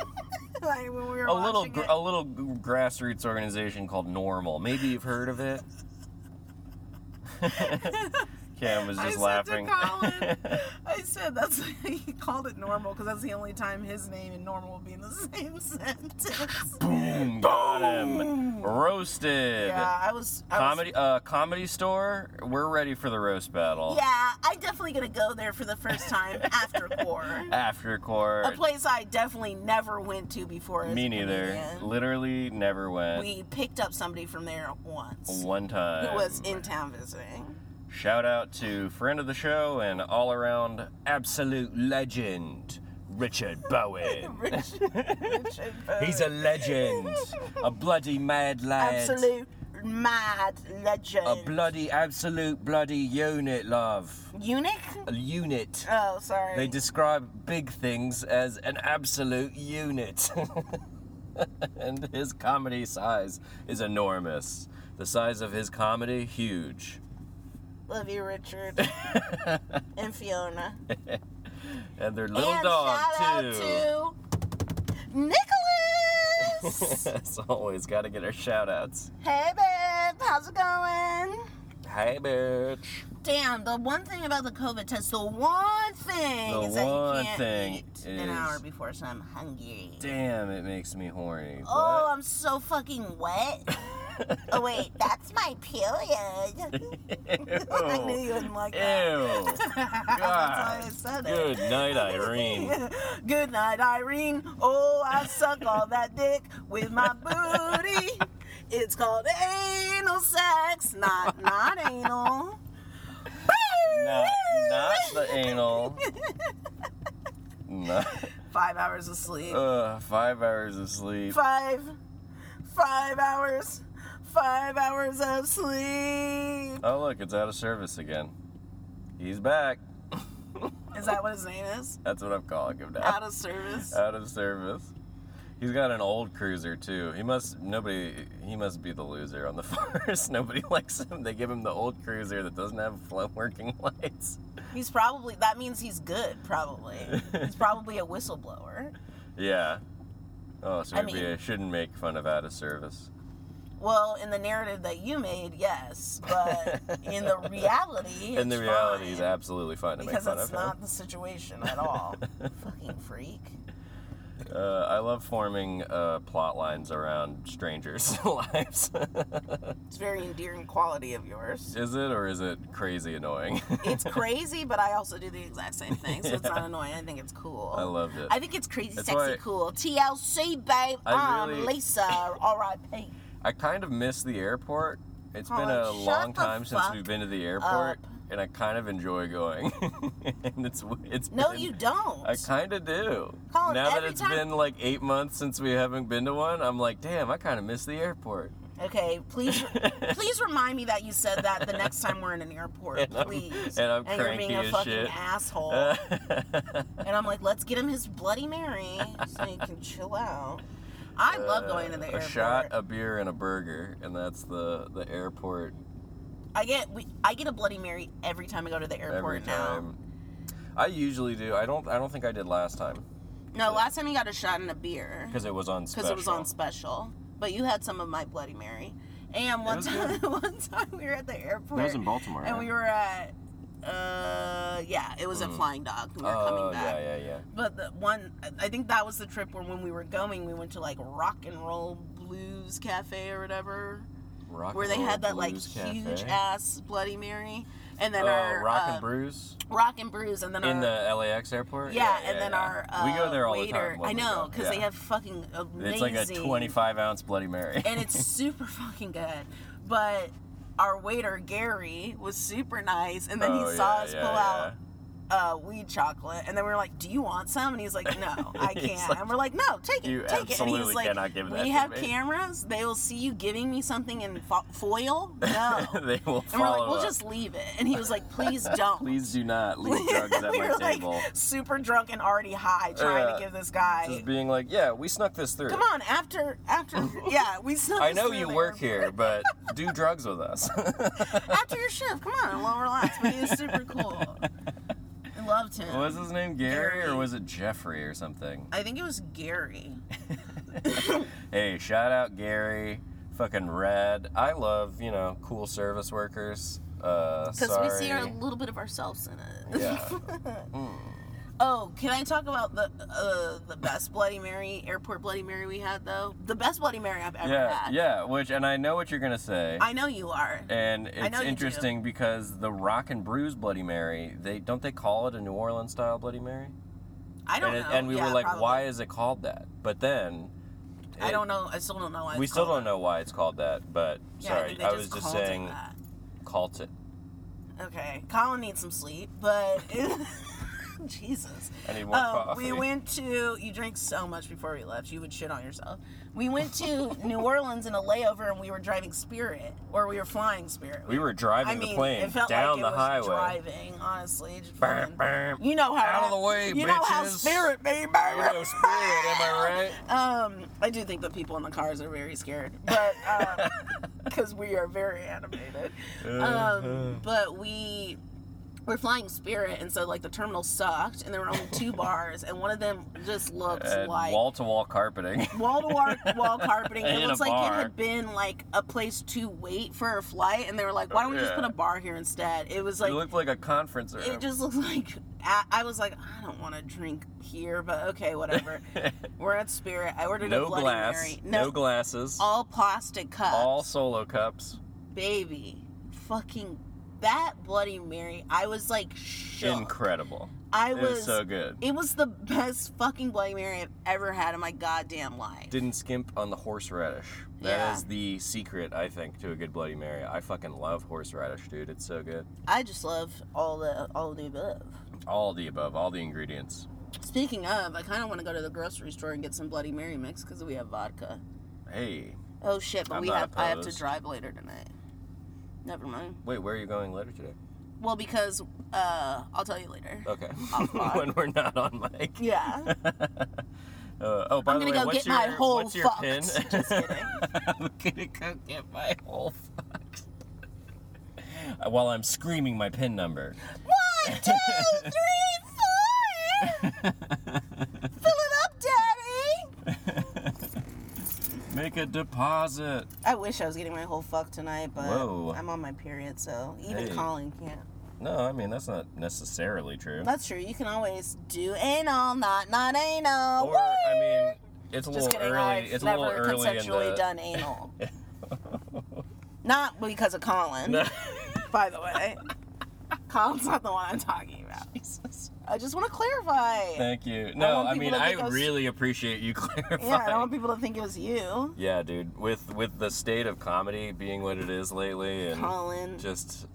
Speaker 2: [LAUGHS] like when we were
Speaker 1: a little
Speaker 2: watching
Speaker 1: gr-
Speaker 2: it-
Speaker 1: a little g- grassroots organization called Normal. Maybe you've heard of
Speaker 2: [LAUGHS]
Speaker 1: it. Cam was
Speaker 2: I
Speaker 1: just
Speaker 2: said to
Speaker 1: laughing.
Speaker 2: Colin, I said that's he called it normal because that's the only time his name and normal will be in the [LAUGHS]
Speaker 1: [LAUGHS]
Speaker 2: same sentence.
Speaker 1: [LAUGHS] Boom! Got him. Roasted.
Speaker 2: Yeah, I was. I was-
Speaker 1: Comedy, uh, comedy store. We're ready for the roast battle.
Speaker 2: yeah, I definitely gonna go there for the
Speaker 1: [LAUGHS]
Speaker 2: first time after core.
Speaker 1: After court.
Speaker 2: A place I definitely never went to before. As
Speaker 1: Me
Speaker 2: a
Speaker 1: neither.
Speaker 2: comedian.
Speaker 1: Literally never went.
Speaker 2: We picked up somebody from there once
Speaker 1: one time.
Speaker 2: who was in town visiting.
Speaker 1: Shout out to friend of the show and all around absolute legend, Richard
Speaker 2: [LAUGHS]
Speaker 1: Bowen.
Speaker 2: Richard,
Speaker 1: [LAUGHS]
Speaker 2: Richard
Speaker 1: He's a
Speaker 2: Bowen.
Speaker 1: legend, a bloody mad lad,
Speaker 2: absolute mad legend.
Speaker 1: a bloody absolute bloody unit, love,
Speaker 2: eunuch.
Speaker 1: a unit.
Speaker 2: Oh, sorry.
Speaker 1: They describe big things as an absolute unit. [LAUGHS] and his comedy size is enormous. The size of his comedy, huge.
Speaker 2: Love
Speaker 1: [LAUGHS]
Speaker 2: you, Richard. and Fiona.
Speaker 1: And their little
Speaker 2: and
Speaker 1: dog,
Speaker 2: shout
Speaker 1: too.
Speaker 2: out to
Speaker 1: [LAUGHS]
Speaker 2: Nicholas.
Speaker 1: As always, gotta get our shout outs.
Speaker 2: hey, babe. How's it going?
Speaker 1: Hey, bitch.
Speaker 2: Damn, the one thing about the COVID test, the one thing
Speaker 1: The
Speaker 2: is that
Speaker 1: one
Speaker 2: you can't
Speaker 1: thing
Speaker 2: eat
Speaker 1: is-
Speaker 2: an hour before, so I'm hungry.
Speaker 1: Damn, it makes me horny.
Speaker 2: Oh, I'm so
Speaker 1: [LAUGHS]
Speaker 2: fucking wet. oh, wait, that's my period.
Speaker 1: [LAUGHS] Ew.
Speaker 2: [LAUGHS] I knew you wouldn't [LAUGHS] like that.
Speaker 1: Ew.
Speaker 2: that's why I said it.
Speaker 1: Good night,
Speaker 2: [LAUGHS]
Speaker 1: Irene.
Speaker 2: Good night, Irene. Oh, I suck all that dick with my booty. It's called anal sex, not not anal.
Speaker 1: not, not
Speaker 2: [LAUGHS]
Speaker 1: the anal. Not,
Speaker 2: Five hours of sleep.
Speaker 1: Ugh, five hours of sleep.
Speaker 2: Five, five hours, five hours of sleep.
Speaker 1: Oh, look, it's out of service again. He's back.
Speaker 2: Is that what his name is?
Speaker 1: That's what I'm calling him now.
Speaker 2: Out of service.
Speaker 1: out of service. He's got an old cruiser too. He must nobody. He must be the loser on the [LAUGHS] force. nobody likes him. They give him the old cruiser that doesn't have [LAUGHS] flow working lights.
Speaker 2: He's probably. That means he's good. Probably. He's probably a whistleblower.
Speaker 1: Yeah, Oh, so
Speaker 2: I
Speaker 1: maybe I,
Speaker 2: mean-
Speaker 1: shouldn't make fun of out of service.
Speaker 2: Well, in the narrative that you made, yes, but in the
Speaker 1: [LAUGHS]
Speaker 2: reality,
Speaker 1: And the
Speaker 2: it's
Speaker 1: reality is
Speaker 2: fine,
Speaker 1: absolutely fine to make
Speaker 2: because
Speaker 1: fun
Speaker 2: that's
Speaker 1: of.
Speaker 2: not the situation
Speaker 1: [LAUGHS]
Speaker 2: at all. Fucking freak.
Speaker 1: huh? Uh, I love forming uh, plot lines around strangers' [LAUGHS] lives.
Speaker 2: It's a very endearing quality of yours.
Speaker 1: is it or is it crazy annoying? [LAUGHS]
Speaker 2: It's crazy, but I also do the exact same thing, so it's not annoying. I think it's cool.
Speaker 1: I loved it.
Speaker 2: I think it's crazy,
Speaker 1: That's
Speaker 2: sexy,
Speaker 1: why-
Speaker 2: cool. TLC, babe.
Speaker 1: I
Speaker 2: I'm
Speaker 1: really- [LAUGHS]
Speaker 2: Lisa. R.I.P.
Speaker 1: I kind of miss the airport. It's been
Speaker 2: Colin,
Speaker 1: a
Speaker 2: shut
Speaker 1: long
Speaker 2: the
Speaker 1: time since
Speaker 2: fuck
Speaker 1: we've been to the airport,
Speaker 2: up.
Speaker 1: and I kind of enjoy going. [LAUGHS] and it's it's
Speaker 2: No,
Speaker 1: been-
Speaker 2: you don't.
Speaker 1: I kind of do.
Speaker 2: Colin,
Speaker 1: now that
Speaker 2: every
Speaker 1: it's
Speaker 2: time-
Speaker 1: been like eight months since we haven't been to one, I'm like, damn, I kind of miss the airport. [LAUGHS]
Speaker 2: Okay, please, please remind me that you said that the next time we're in an airport,
Speaker 1: And I'm-
Speaker 2: please.
Speaker 1: and I'm
Speaker 2: you're being
Speaker 1: cranky
Speaker 2: a
Speaker 1: as
Speaker 2: fucking
Speaker 1: shit.
Speaker 2: asshole.
Speaker 1: [LAUGHS]
Speaker 2: and I'm like, let's get him his Bloody Mary so he can chill out. I love going to the
Speaker 1: Uh, a
Speaker 2: airport.
Speaker 1: shot, a beer, and a burger, and that's the the airport
Speaker 2: I get we, I get a Bloody Mary every time I go to the
Speaker 1: every
Speaker 2: airport now.
Speaker 1: time. I usually do. I don't. I don't think I did last time
Speaker 2: No, last time you got a shot and a beer
Speaker 1: because it was on special.
Speaker 2: because Mm-hmm. it was on special. But you had some of my Bloody Mary. And one
Speaker 1: was
Speaker 2: time, [LAUGHS] one time we were at the airport.
Speaker 1: That was in Baltimore.
Speaker 2: and
Speaker 1: right? Mm.
Speaker 2: we were at uh yeah it was at flying dog when we were
Speaker 1: Oh,
Speaker 2: coming back
Speaker 1: yeah, yeah, yeah.
Speaker 2: but the one I- i think that was the trip where when we were going we went to like rock and roll blues cafe or whatever
Speaker 1: Rock
Speaker 2: where
Speaker 1: and
Speaker 2: they
Speaker 1: Roll
Speaker 2: had that like
Speaker 1: Oh, Blues Cafe.
Speaker 2: huge ass bloody mary and then
Speaker 1: Oh,
Speaker 2: our
Speaker 1: Rock
Speaker 2: uh,
Speaker 1: and Brews
Speaker 2: rock and brews and then
Speaker 1: in
Speaker 2: our
Speaker 1: the LAX airport.
Speaker 2: yeah, and then
Speaker 1: yeah.
Speaker 2: our uh,
Speaker 1: we go there all
Speaker 2: waiter
Speaker 1: the time. when
Speaker 2: i
Speaker 1: we
Speaker 2: know
Speaker 1: go,
Speaker 2: because they
Speaker 1: yeah.
Speaker 2: have fucking amazing
Speaker 1: It's like a 25 ounce Bloody Mary. [LAUGHS]
Speaker 2: and it's super fucking good. But our waiter Gary was super nice, and then
Speaker 1: Oh,
Speaker 2: he saw
Speaker 1: yeah,
Speaker 2: us
Speaker 1: yeah,
Speaker 2: pull
Speaker 1: yeah.
Speaker 2: out uh, weed chocolate, and then we were like, "Do you want some?" And he's like,
Speaker 1: [LAUGHS]
Speaker 2: "No, I
Speaker 1: He's
Speaker 2: can't."
Speaker 1: like,
Speaker 2: and we're like, "No, take it,
Speaker 1: "You
Speaker 2: take it." And
Speaker 1: absolutely
Speaker 2: he's like,
Speaker 1: cannot give that
Speaker 2: "We
Speaker 1: to
Speaker 2: have
Speaker 1: me."
Speaker 2: cameras; they will see you giving me something in fo- foil.
Speaker 1: [LAUGHS]
Speaker 2: No." and
Speaker 1: they will
Speaker 2: we're like,
Speaker 1: follow
Speaker 2: "We'll
Speaker 1: up.
Speaker 2: just leave it." And he was like, "Please
Speaker 1: [LAUGHS]
Speaker 2: don't." [LAUGHS]
Speaker 1: Please do not leave drugs at
Speaker 2: we
Speaker 1: my
Speaker 2: were like
Speaker 1: table.
Speaker 2: super drunk and already high, trying
Speaker 1: Yeah.
Speaker 2: to give this guy.
Speaker 1: Just being like, yeah, we snuck this through.
Speaker 2: Come on, after
Speaker 1: [LAUGHS]
Speaker 2: after yeah, we. snuck
Speaker 1: I
Speaker 2: this
Speaker 1: know
Speaker 2: through
Speaker 1: you
Speaker 2: the
Speaker 1: work
Speaker 2: airport.
Speaker 1: here, but do drugs with
Speaker 2: [LAUGHS]
Speaker 1: us.
Speaker 2: after your shift. Come on, we'll relax. But he was super cool. I loved him.
Speaker 1: was his name Gary
Speaker 2: Gary.
Speaker 1: or was it Jeffrey or something?
Speaker 2: I think it was Gary.
Speaker 1: Hey, shout out Gary, fucking rad. I love you know cool service workers. Uh,
Speaker 2: Because
Speaker 1: sorry.
Speaker 2: we see [LAUGHS] a little bit of ourselves in it.
Speaker 1: yeah.
Speaker 2: [LAUGHS] Oh, can I talk about the uh, the best Bloody Mary, airport Bloody Mary we had though? The best Bloody Mary I've ever
Speaker 1: yeah,
Speaker 2: had.
Speaker 1: yeah. Which, and I know what you're gonna say.
Speaker 2: I know you are.
Speaker 1: and
Speaker 2: know
Speaker 1: it's
Speaker 2: you do.
Speaker 1: interesting because the Rock and Brews Bloody Mary, they don't they call it a New Orleans style Bloody Mary?
Speaker 2: I don't
Speaker 1: and,
Speaker 2: know.
Speaker 1: it- and we
Speaker 2: Yeah,
Speaker 1: were like,
Speaker 2: probably.
Speaker 1: why is it called that? But then
Speaker 2: I
Speaker 1: it-
Speaker 2: don't know. I still don't know why.
Speaker 1: We
Speaker 2: it's
Speaker 1: still
Speaker 2: called
Speaker 1: don't know why it's called that, but
Speaker 2: that. Yeah, I,
Speaker 1: sorry,
Speaker 2: think they
Speaker 1: I,
Speaker 2: just
Speaker 1: was just
Speaker 2: called it
Speaker 1: saying
Speaker 2: that.
Speaker 1: called it.
Speaker 2: Okay, Colin needs some sleep, but [LAUGHS] Jesus.
Speaker 1: I need more
Speaker 2: Um,
Speaker 1: coffee.
Speaker 2: we went to. You drank so much before we left. You would shit on yourself. We
Speaker 1: [LAUGHS]
Speaker 2: went to New Orleans in a layover, and we were driving Spirit, or we were flying Spirit.
Speaker 1: We were driving
Speaker 2: I mean,
Speaker 1: the plane
Speaker 2: it felt
Speaker 1: down
Speaker 2: like it
Speaker 1: the
Speaker 2: was
Speaker 1: highway. [LAUGHS]
Speaker 2: driving. Honestly, It just
Speaker 1: Bam,
Speaker 2: fucking-
Speaker 1: bam.
Speaker 2: you know how
Speaker 1: Out of the way,
Speaker 2: You know how
Speaker 1: bitches.
Speaker 2: Spirit be,
Speaker 1: You know,
Speaker 2: baby.
Speaker 1: spirit, am I right?
Speaker 2: [LAUGHS] Um, I do think the people in the cars are very scared, but
Speaker 1: [LAUGHS]
Speaker 2: because we are very animated.
Speaker 1: Uh-huh.
Speaker 2: Um, but we were flying Spirit, and so like the terminal sucked, and there were only
Speaker 1: [LAUGHS]
Speaker 2: two bars, and one of them just looked like
Speaker 1: Wall to wall
Speaker 2: [LAUGHS]
Speaker 1: carpeting.
Speaker 2: wall
Speaker 1: [LAUGHS]
Speaker 2: to wall- wall carpeting.
Speaker 1: In
Speaker 2: It
Speaker 1: a
Speaker 2: looks like it
Speaker 1: bar.
Speaker 2: had been like a place to wait for a flight, and they were like, "Why don't we just
Speaker 1: Yeah.
Speaker 2: put a bar here instead?" It was
Speaker 1: it
Speaker 2: like
Speaker 1: looked like a conference room.
Speaker 2: it just looked like I I was like, I don't want to drink here, but
Speaker 1: [LAUGHS]
Speaker 2: okay, whatever. We're at Spirit. I ordered a
Speaker 1: no
Speaker 2: Bloody
Speaker 1: glass,
Speaker 2: Mary.
Speaker 1: no, glasses, all,
Speaker 2: all plastic cups.
Speaker 1: solo cups
Speaker 2: baby, fucking that Bloody Mary. I was like shook.
Speaker 1: incredible.
Speaker 2: I
Speaker 1: It
Speaker 2: was.
Speaker 1: was so good.
Speaker 2: It was the best fucking Bloody Mary I've ever had in my goddamn life.
Speaker 1: Didn't skimp on the horseradish. That is
Speaker 2: Yeah.
Speaker 1: the secret, I think, to a good Bloody Mary. I fucking love horseradish, dude. It's so good.
Speaker 2: I just love all the all the above.
Speaker 1: All the above, all the ingredients.
Speaker 2: Speaking of, I kind of want to go to the grocery store and get some Bloody Mary mix because we have vodka.
Speaker 1: Hey,
Speaker 2: Oh shit! But
Speaker 1: I'm
Speaker 2: we
Speaker 1: not
Speaker 2: have I have to
Speaker 1: opposed.
Speaker 2: drive later tonight. Never mind.
Speaker 1: wait, where are you going later today?
Speaker 2: Well, because uh, I'll tell you later.
Speaker 1: Okay, [LAUGHS]
Speaker 2: Off pod.
Speaker 1: when we're not on mic. [LAUGHS]
Speaker 2: Yeah,
Speaker 1: Uh, oh, by
Speaker 2: I'm
Speaker 1: the
Speaker 2: gonna
Speaker 1: way,
Speaker 2: go
Speaker 1: what's
Speaker 2: get my
Speaker 1: your-
Speaker 2: whole
Speaker 1: what's your
Speaker 2: fucked.
Speaker 1: pin?
Speaker 2: Just kidding.
Speaker 1: [LAUGHS] I'm gonna go get my whole fucked. While I'm screaming my pin number. [LAUGHS]
Speaker 2: One, two, three, four. Fill it up, Daddy.
Speaker 1: make a deposit.
Speaker 2: I wish I was getting my whole fuck tonight, but
Speaker 1: Whoa.
Speaker 2: I'm on my period, so even
Speaker 1: Hey.
Speaker 2: Colin can't.
Speaker 1: No, I mean that's not necessarily true.
Speaker 2: That's true. You can always do anal, not not anal.
Speaker 1: or I mean, it's a
Speaker 2: Just
Speaker 1: little
Speaker 2: kidding.
Speaker 1: early.
Speaker 2: I've
Speaker 1: it's a
Speaker 2: never
Speaker 1: little early in [LAUGHS]
Speaker 2: consensually
Speaker 1: the.
Speaker 2: done anal. not because of Colin, by the way. Colin's not the one I'm talking about. I just want to clarify.
Speaker 1: Thank you. No,
Speaker 2: want
Speaker 1: I,
Speaker 2: people
Speaker 1: mean
Speaker 2: to
Speaker 1: I
Speaker 2: think I was-
Speaker 1: really appreciate you [LAUGHS] clarifying.
Speaker 2: Yeah, I don't want people to think it was you,
Speaker 1: Yeah, dude. With with the state of comedy being what it is lately, and
Speaker 2: Colin.
Speaker 1: just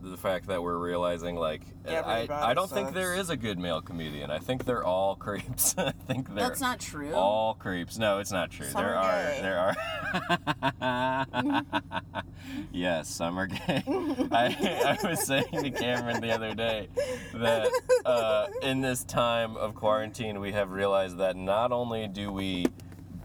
Speaker 1: the fact that we're realizing like I,
Speaker 2: Everybody
Speaker 1: I don't think
Speaker 2: sucks.
Speaker 1: there is a good male comedian. I think they're all [LAUGHS] creeps. I think they're
Speaker 2: That's not true.
Speaker 1: all creeps. No, it's not true.
Speaker 2: Some
Speaker 1: there are
Speaker 2: are gay.
Speaker 1: there are [LAUGHS] Yes, some are gay. I, I was saying to Cameron the other day that uh, in this time of quarantine we have realized that not only do we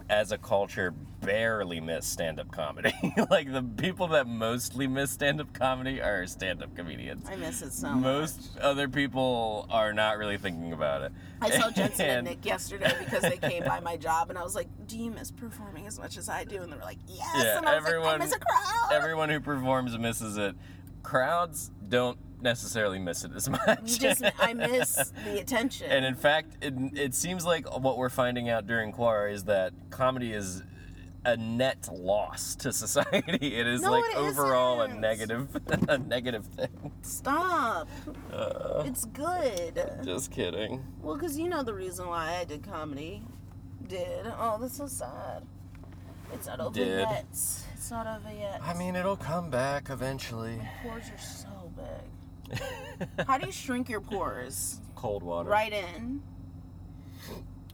Speaker 1: as a culture barely miss stand-up comedy. [LAUGHS] like the people that mostly miss stand-up comedy are stand-up comedians.
Speaker 2: I miss it so much.
Speaker 1: Most other people are not really thinking about it.
Speaker 2: I saw Jensen and
Speaker 1: And-
Speaker 2: Nick yesterday because they came by my job, and I was like, "Do you miss performing as much as I do?" And they were like, "Yes."
Speaker 1: Yeah,
Speaker 2: and I was like,
Speaker 1: everyone-
Speaker 2: "I miss a crowd."
Speaker 1: everyone who performs misses it. Crowds don't necessarily miss it as [LAUGHS] much.
Speaker 2: you just, I miss the
Speaker 1: [LAUGHS]
Speaker 2: attention.
Speaker 1: and in fact, it, it seems like what we're finding out during Quar is that comedy is a net loss to [LAUGHS] society. It is
Speaker 2: No,
Speaker 1: like
Speaker 2: it
Speaker 1: overall a
Speaker 2: isn't.
Speaker 1: negative, [LAUGHS] a negative thing.
Speaker 2: Stop.
Speaker 1: Uh.
Speaker 2: it's good.
Speaker 1: Just kidding.
Speaker 2: Well, because you know the reason why I did comedy. Did. Oh, that's so sad. It's not over
Speaker 1: Did.
Speaker 2: yet. It's not over yet.
Speaker 1: I mean, it'll come back eventually.
Speaker 2: pores are so big. How do you shrink your pores?
Speaker 1: Cold water.
Speaker 2: Right in.
Speaker 1: [LAUGHS]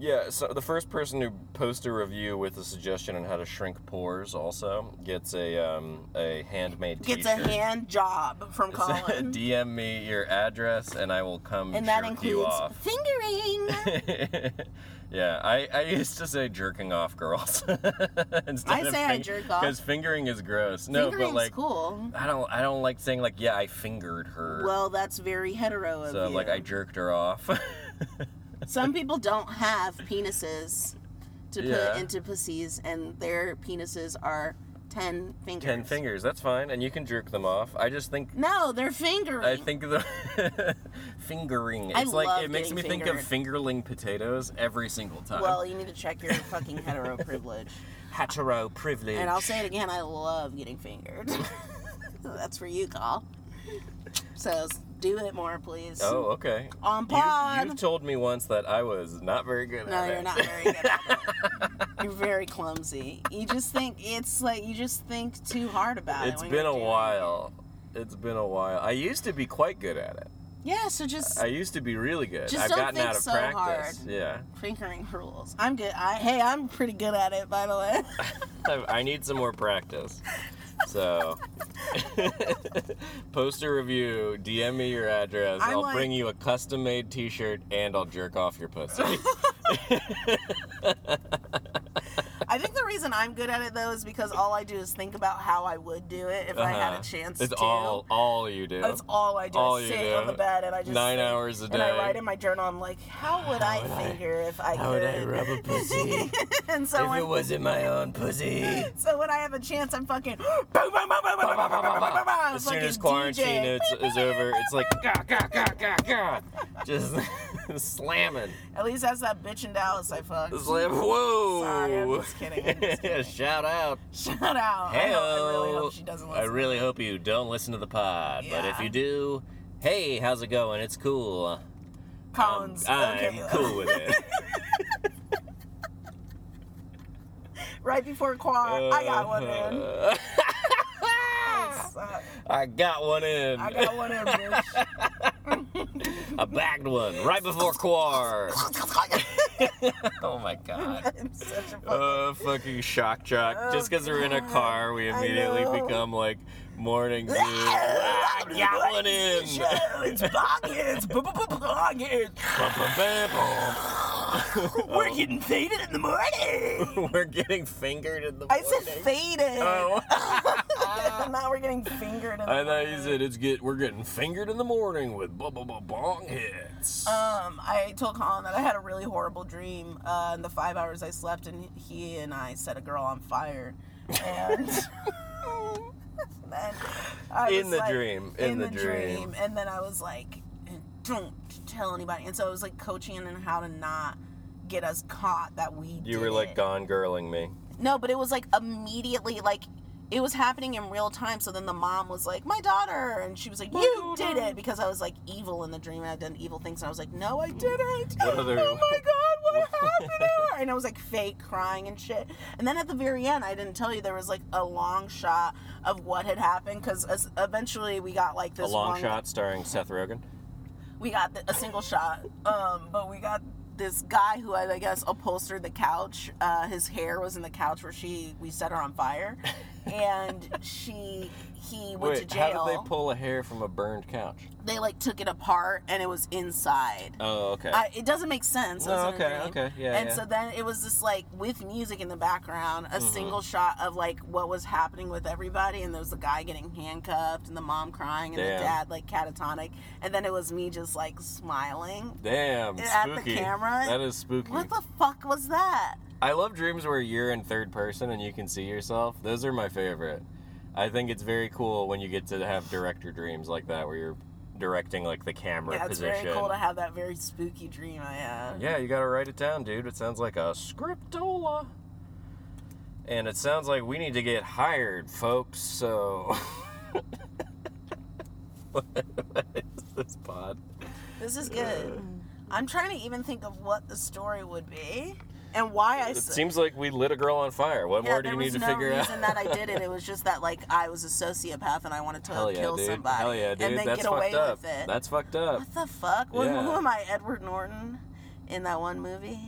Speaker 1: Yeah, so the first person who posts a review with a suggestion on how to shrink pores also gets a um, a handmade
Speaker 2: Gets
Speaker 1: t-shirt.
Speaker 2: a hand job from
Speaker 1: [LAUGHS]
Speaker 2: Colin.
Speaker 1: DM me your address and I will come
Speaker 2: and that
Speaker 1: jerk
Speaker 2: includes
Speaker 1: you off.
Speaker 2: fingering.
Speaker 1: yeah, I, I used to say jerking off girls. [LAUGHS]
Speaker 2: I say I jerk off.
Speaker 1: because fingering is gross. [LAUGHS] No,
Speaker 2: Fingering's
Speaker 1: but like
Speaker 2: cool.
Speaker 1: I don't I don't like saying like yeah I fingered her.
Speaker 2: Well, that's very hetero of
Speaker 1: so
Speaker 2: you.
Speaker 1: like I jerked her off. [LAUGHS]
Speaker 2: Some people don't have penises to
Speaker 1: Yeah.
Speaker 2: put into pussies, and their penises are ten fingers.
Speaker 1: Ten fingers, that's fine, and you can jerk them off. I just think
Speaker 2: No, they're fingering.
Speaker 1: I think the [LAUGHS] fingering.
Speaker 2: I
Speaker 1: It's like
Speaker 2: love
Speaker 1: it makes
Speaker 2: getting
Speaker 1: me think of fingerling potatoes every single time.
Speaker 2: Well, you need to check your fucking hetero privilege.
Speaker 1: hetero privilege.
Speaker 2: And I'll say it again. I love getting fingered. [LAUGHS] That's for you, Call. So s- do it more, please. [LAUGHS]
Speaker 1: Oh, okay.
Speaker 2: On
Speaker 1: You,
Speaker 2: pod.
Speaker 1: you told me once that I was not very good
Speaker 2: no,
Speaker 1: at it.
Speaker 2: you're not very good. At it. You're very clumsy. You just think it's like you just think too hard about it.
Speaker 1: [LAUGHS] It's
Speaker 2: when
Speaker 1: been
Speaker 2: you're
Speaker 1: a
Speaker 2: doing it.
Speaker 1: while. It's been a while. I used to be quite good at it.
Speaker 2: Yeah. So just
Speaker 1: I used to be really good.
Speaker 2: Just
Speaker 1: I've
Speaker 2: don't
Speaker 1: gotten
Speaker 2: think
Speaker 1: out of
Speaker 2: so
Speaker 1: practice.
Speaker 2: hard.
Speaker 1: Yeah.
Speaker 2: fingering rules. I'm good. I hey, I'm pretty good at it, by
Speaker 1: [LAUGHS]
Speaker 2: the way.
Speaker 1: I, I need some more practice. So, [LAUGHS] post a review, DM me your address. i
Speaker 2: I'm
Speaker 1: will
Speaker 2: like-
Speaker 1: bring you a custom made t shirt and I'll jerk off your
Speaker 2: [LAUGHS]
Speaker 1: pussy.
Speaker 2: I think the reason I'm good at it though is because all I do is think about how I would do it if I had
Speaker 1: Uh-huh.
Speaker 2: a chance
Speaker 1: It's
Speaker 2: to.
Speaker 1: all, all you do.
Speaker 2: That's all I do.
Speaker 1: All
Speaker 2: I
Speaker 1: you
Speaker 2: sit
Speaker 1: do.
Speaker 2: on the bed and I just
Speaker 1: Nine
Speaker 2: think.
Speaker 1: hours a day.
Speaker 2: And I write in my journal. I'm like, how would I
Speaker 1: would I-
Speaker 2: figure if I
Speaker 1: How
Speaker 2: could?
Speaker 1: would I
Speaker 2: [LAUGHS]
Speaker 1: rub a pussy?
Speaker 2: and so
Speaker 1: if
Speaker 2: when,
Speaker 1: it wasn't my own
Speaker 2: [LAUGHS]
Speaker 1: pussy.
Speaker 2: so when I have a chance, I'm fucking [GASPS] boom, boom, boom, boom, boom, boom, boom, boom, boom, boom, boom, boom.
Speaker 1: as
Speaker 2: like
Speaker 1: soon
Speaker 2: a
Speaker 1: as quarantine
Speaker 2: DJ.
Speaker 1: is, is over, it's like gah, gah, gah, gah, gah. just [LAUGHS] slamming.
Speaker 2: At least that's that bitch in Dallas I fucked.
Speaker 1: It's like whoa.
Speaker 2: Sorry, I'm just kidding, I'm just kidding.
Speaker 1: [LAUGHS] Shout out.
Speaker 2: Shout out. I, hope, I really hope she doesn't
Speaker 1: I
Speaker 2: listen.
Speaker 1: really hope you don't listen to the pod, but if
Speaker 2: Yeah.
Speaker 1: you do, hey, how's it going? It's cool. I'm,
Speaker 2: Collins.
Speaker 1: I'm
Speaker 2: okay. [LAUGHS]
Speaker 1: cool with it.
Speaker 2: right before quad, I got one in.
Speaker 1: Uh,
Speaker 2: That sucked.
Speaker 1: [LAUGHS] I got one in.
Speaker 2: I got one
Speaker 1: [LAUGHS]
Speaker 2: in, bitch. [LAUGHS]
Speaker 1: I bagged one right before Quar. oh my [LAUGHS] god.
Speaker 2: I'm such a fucking.
Speaker 1: Oh, fucking shock jock.
Speaker 2: Oh,
Speaker 1: Just because we're in a
Speaker 2: God.
Speaker 1: car, we
Speaker 2: Oh, I
Speaker 1: immediately
Speaker 2: know.
Speaker 1: become like
Speaker 2: [LAUGHS]
Speaker 1: morning zoo. Ah, got one in.
Speaker 2: It's pockets. Pockets.
Speaker 1: Bum, bum, bam, Oh.
Speaker 2: We're getting faded in the morning.
Speaker 1: bum. [LAUGHS] We're getting fingered in the
Speaker 2: I said
Speaker 1: morning.
Speaker 2: faded.
Speaker 1: [LAUGHS] Oh.
Speaker 2: [LAUGHS] now we're getting fingered. In the
Speaker 1: I thought you
Speaker 2: morning.
Speaker 1: said it's get we're getting fingered in the morning with blah blah blah bong hits.
Speaker 2: Oh, Um, I told Colin that I had a really horrible dream uh, in the five hours I slept, and he and I set a girl on fire.
Speaker 1: [LAUGHS]
Speaker 2: And [LAUGHS] then I
Speaker 1: In
Speaker 2: was
Speaker 1: the
Speaker 2: like-
Speaker 1: dream, in the dream.
Speaker 2: And then I was like, don't tell anybody. And so I was like coaching him on how to not get us caught that we
Speaker 1: You
Speaker 2: did
Speaker 1: were like
Speaker 2: it.
Speaker 1: gone girling me.
Speaker 2: No, but it was like immediately like it was happening in real time. So then the mom was like, "My daughter," and she was like, "You did it," because I was like evil in the dream. and I'd done evil things, and I was like, "No, I didn't."
Speaker 1: Mm. What other-
Speaker 2: Oh my god,
Speaker 1: [LAUGHS]
Speaker 2: what happened? to her?" And I was like fake crying and shit. And then at the very end, I didn't tell you there was like a long shot of what had happened because eventually we got like
Speaker 1: A
Speaker 2: this
Speaker 1: long
Speaker 2: one-
Speaker 1: shot starring Seth Rogen.
Speaker 2: we got th- a single shot um but we got this guy who had, I guess upholstered the couch uh his hair was in the couch where she we set her on fire and she he went to
Speaker 1: Wait,
Speaker 2: jail
Speaker 1: how did they pull a hair from a burned couch?
Speaker 2: they like took it apart and it was inside
Speaker 1: Oh, okay.
Speaker 2: I, it doesn't make sense.
Speaker 1: No,
Speaker 2: It was in a
Speaker 1: okay,
Speaker 2: dream.
Speaker 1: okay, yeah,
Speaker 2: And
Speaker 1: yeah. Mm-hmm.
Speaker 2: so then it was just like with music in the background, a single shot of like what was happening with everybody, and there was the guy getting handcuffed, and the mom crying, and
Speaker 1: Damn.
Speaker 2: the dad like catatonic, and then it was me just like smiling.
Speaker 1: Damn,
Speaker 2: At the
Speaker 1: spooky.
Speaker 2: camera?
Speaker 1: That is spooky.
Speaker 2: What the fuck was that?
Speaker 1: I love dreams where you're in third person and you can see yourself. Those are my favorite. I think it's very cool when you get to have director dreams like that where you're directing like the camera
Speaker 2: Yeah, it's
Speaker 1: position.
Speaker 2: very cool to have that very spooky dream I had.
Speaker 1: Yeah, you gotta write it down, dude. It sounds like a scriptola. And it sounds like we need to get hired, folks, so. [LAUGHS] what is this pod?
Speaker 2: This is good. I'm trying to even think of what the story would be and why I
Speaker 1: It
Speaker 2: s-
Speaker 1: seems like we lit a girl on fire. What
Speaker 2: yeah,
Speaker 1: more do
Speaker 2: there
Speaker 1: you
Speaker 2: was
Speaker 1: need to
Speaker 2: no
Speaker 1: figure out?
Speaker 2: reason that I did it. It was just that like I was a sociopath and I wanted to
Speaker 1: Hell yeah,
Speaker 2: kill
Speaker 1: dude.
Speaker 2: somebody
Speaker 1: Hell yeah, dude.
Speaker 2: and then
Speaker 1: That's
Speaker 2: get away
Speaker 1: fucked up.
Speaker 2: with it.
Speaker 1: That's fucked up.
Speaker 2: what the fuck? What-
Speaker 1: Yeah.
Speaker 2: Who am I, Edward Norton, in that one movie?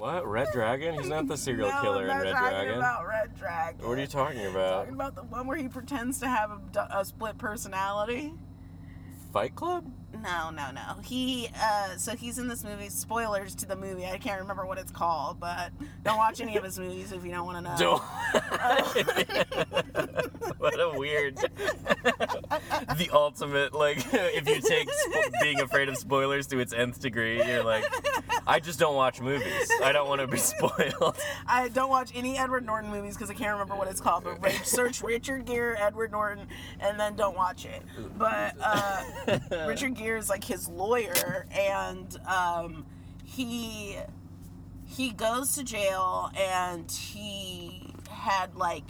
Speaker 1: What? Red Dragon? He's not the serial
Speaker 2: no,
Speaker 1: killer
Speaker 2: I'm
Speaker 1: in
Speaker 2: not
Speaker 1: Red
Speaker 2: talking
Speaker 1: Dragon.
Speaker 2: About Red Dragon.
Speaker 1: What are you talking about?
Speaker 2: talking about? The one where he pretends to have a, du- a split personality.
Speaker 1: Fight Club?
Speaker 2: No, no, no. He uh so he's in this movie. Spoilers to the movie. I can't remember what it's called, but don't watch any of his movies if you don't want to
Speaker 1: [LAUGHS]
Speaker 2: know.
Speaker 1: Don't.
Speaker 2: oh.
Speaker 1: [LAUGHS] what a
Speaker 2: [LAUGHS]
Speaker 1: weird. the ultimate, like, [LAUGHS] if you take spo- being afraid of spoilers to its nth degree, you're like, I just don't watch movies. I don't want to be [LAUGHS] spoiled.
Speaker 2: I don't watch any Edward Norton movies because I can't remember what it's called. But ra- search Richard Gere, Edward Norton, and then don't watch it. But uh, Richard Gere is like his lawyer, and um, he he goes to jail, and he had like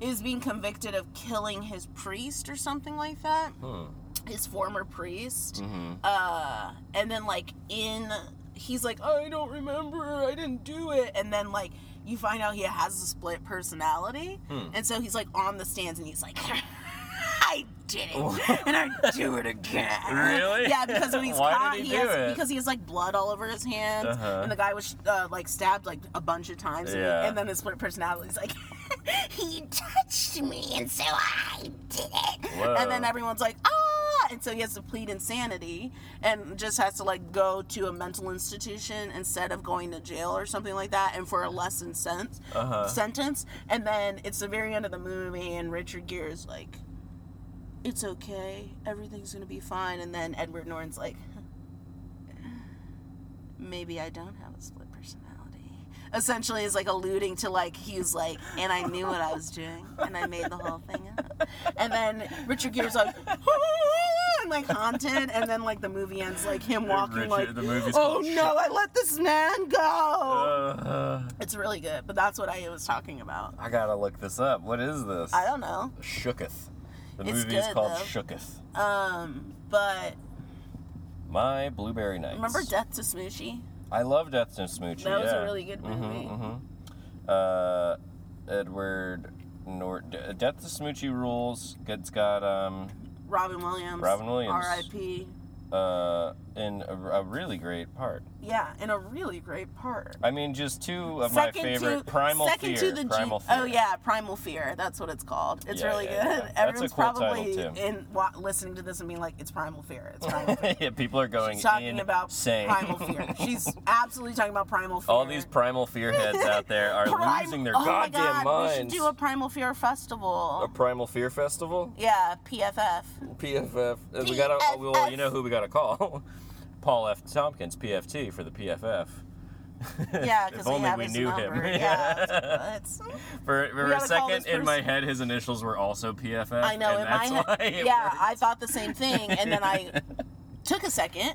Speaker 2: is being convicted of killing his priest or something like that
Speaker 1: Hmm.
Speaker 2: his former priest. Uh, and then like in he's like, I don't remember, I didn't do it. And then like you find out he has a split personality.
Speaker 1: Hmm.
Speaker 2: And so he's like on the stands and he's like [LAUGHS] I did it and I do it again.
Speaker 1: Really?
Speaker 2: Yeah, because when
Speaker 1: [LAUGHS]
Speaker 2: he's
Speaker 1: Why did
Speaker 2: caught,
Speaker 1: he
Speaker 2: he,
Speaker 1: do
Speaker 2: has
Speaker 1: it?
Speaker 2: because he has like blood all over his hands,
Speaker 1: Uh-huh.
Speaker 2: and the guy was uh, like stabbed like a bunch of times, and he-
Speaker 1: Yeah.
Speaker 2: and then his split personality's like, [LAUGHS] he touched me, and so I did it, and then
Speaker 1: Whoa.
Speaker 2: everyone's like, ah, and so he has to plead insanity and just has to like go to a mental institution instead of going to jail or something like that, and for a lessened sentence.
Speaker 1: Uh-huh.
Speaker 2: Sentence, and then it's the very end of the movie, and Richard Gere is like, "It's okay, everything's gonna be fine," and then Edward Norton's like, "Maybe I don't have a split personality." Essentially, is like alluding to like he's like, and I knew what I was doing, and I made the whole thing up. And then Richard Gere's like, [LAUGHS] and like haunted, and then like the movie ends like him walking
Speaker 1: Richard-
Speaker 2: like,
Speaker 1: the movie's
Speaker 2: oh
Speaker 1: called
Speaker 2: no, I let this man go.
Speaker 1: Uh,
Speaker 2: it's really good, but that's what I was talking about.
Speaker 1: I gotta look this up. What is this?
Speaker 2: I don't know.
Speaker 1: Shooketh. The
Speaker 2: It's
Speaker 1: movie is
Speaker 2: good,
Speaker 1: called
Speaker 2: though.
Speaker 1: Shooketh.
Speaker 2: Um, but
Speaker 1: My Blueberry Nights.
Speaker 2: remember Death to Smoochie?
Speaker 1: I love Death and Smoochie.
Speaker 2: That was
Speaker 1: yeah.
Speaker 2: a
Speaker 1: Mm-hmm,
Speaker 2: really good movie.
Speaker 1: Uh, Edward Norton. De- Death to Smoochie rules. It's got um,
Speaker 2: Robin Williams.
Speaker 1: Robin Williams.
Speaker 2: R.I.P.
Speaker 1: uh, in a, a really great part.
Speaker 2: Yeah, in a really great part.
Speaker 1: I mean, just two of my favorite Primal
Speaker 2: second
Speaker 1: Fear.
Speaker 2: to the G-
Speaker 1: Primal Fear.
Speaker 2: oh yeah, Primal Fear. That's what it's called. It's
Speaker 1: Yeah,
Speaker 2: really
Speaker 1: yeah,
Speaker 2: [LAUGHS]
Speaker 1: yeah.
Speaker 2: good.
Speaker 1: That's a
Speaker 2: Everyone's
Speaker 1: cool title,
Speaker 2: probably
Speaker 1: too.
Speaker 2: in wa- listening to this and being like, "It's Primal Fear.
Speaker 1: [LAUGHS]
Speaker 2: It's Primal." Fear.
Speaker 1: [LAUGHS] yeah, people are going
Speaker 2: She's talking about
Speaker 1: insane. [LAUGHS]
Speaker 2: Primal Fear. She's absolutely talking about Primal Fear.
Speaker 1: All these primal fear heads out there
Speaker 2: [LAUGHS]
Speaker 1: are
Speaker 2: Prim-
Speaker 1: losing their
Speaker 2: oh
Speaker 1: goddamn
Speaker 2: my God,
Speaker 1: minds.
Speaker 2: We should do a Primal Fear festival.
Speaker 1: A primal fear festival?
Speaker 2: yeah,
Speaker 1: [LAUGHS]
Speaker 2: PFF.
Speaker 1: PFF. Uh, We gotta.
Speaker 2: PFF.
Speaker 1: Well, you know who we gotta call? [LAUGHS] Paul F. Tompkins, PFT, for the PFF.
Speaker 2: Yeah,
Speaker 1: If
Speaker 2: because we
Speaker 1: only
Speaker 2: have
Speaker 1: we
Speaker 2: his
Speaker 1: knew him. [LAUGHS]
Speaker 2: number.
Speaker 1: Yeah.
Speaker 2: Yeah, it's,
Speaker 1: For, for
Speaker 2: We
Speaker 1: a
Speaker 2: gotta call
Speaker 1: second,
Speaker 2: this
Speaker 1: in my
Speaker 2: person.
Speaker 1: head, his initials were also PFF.
Speaker 2: I know
Speaker 1: and
Speaker 2: in my
Speaker 1: that's why
Speaker 2: head.
Speaker 1: it
Speaker 2: Yeah,
Speaker 1: worked.
Speaker 2: I thought the same thing, and then I
Speaker 1: [LAUGHS]
Speaker 2: took a second,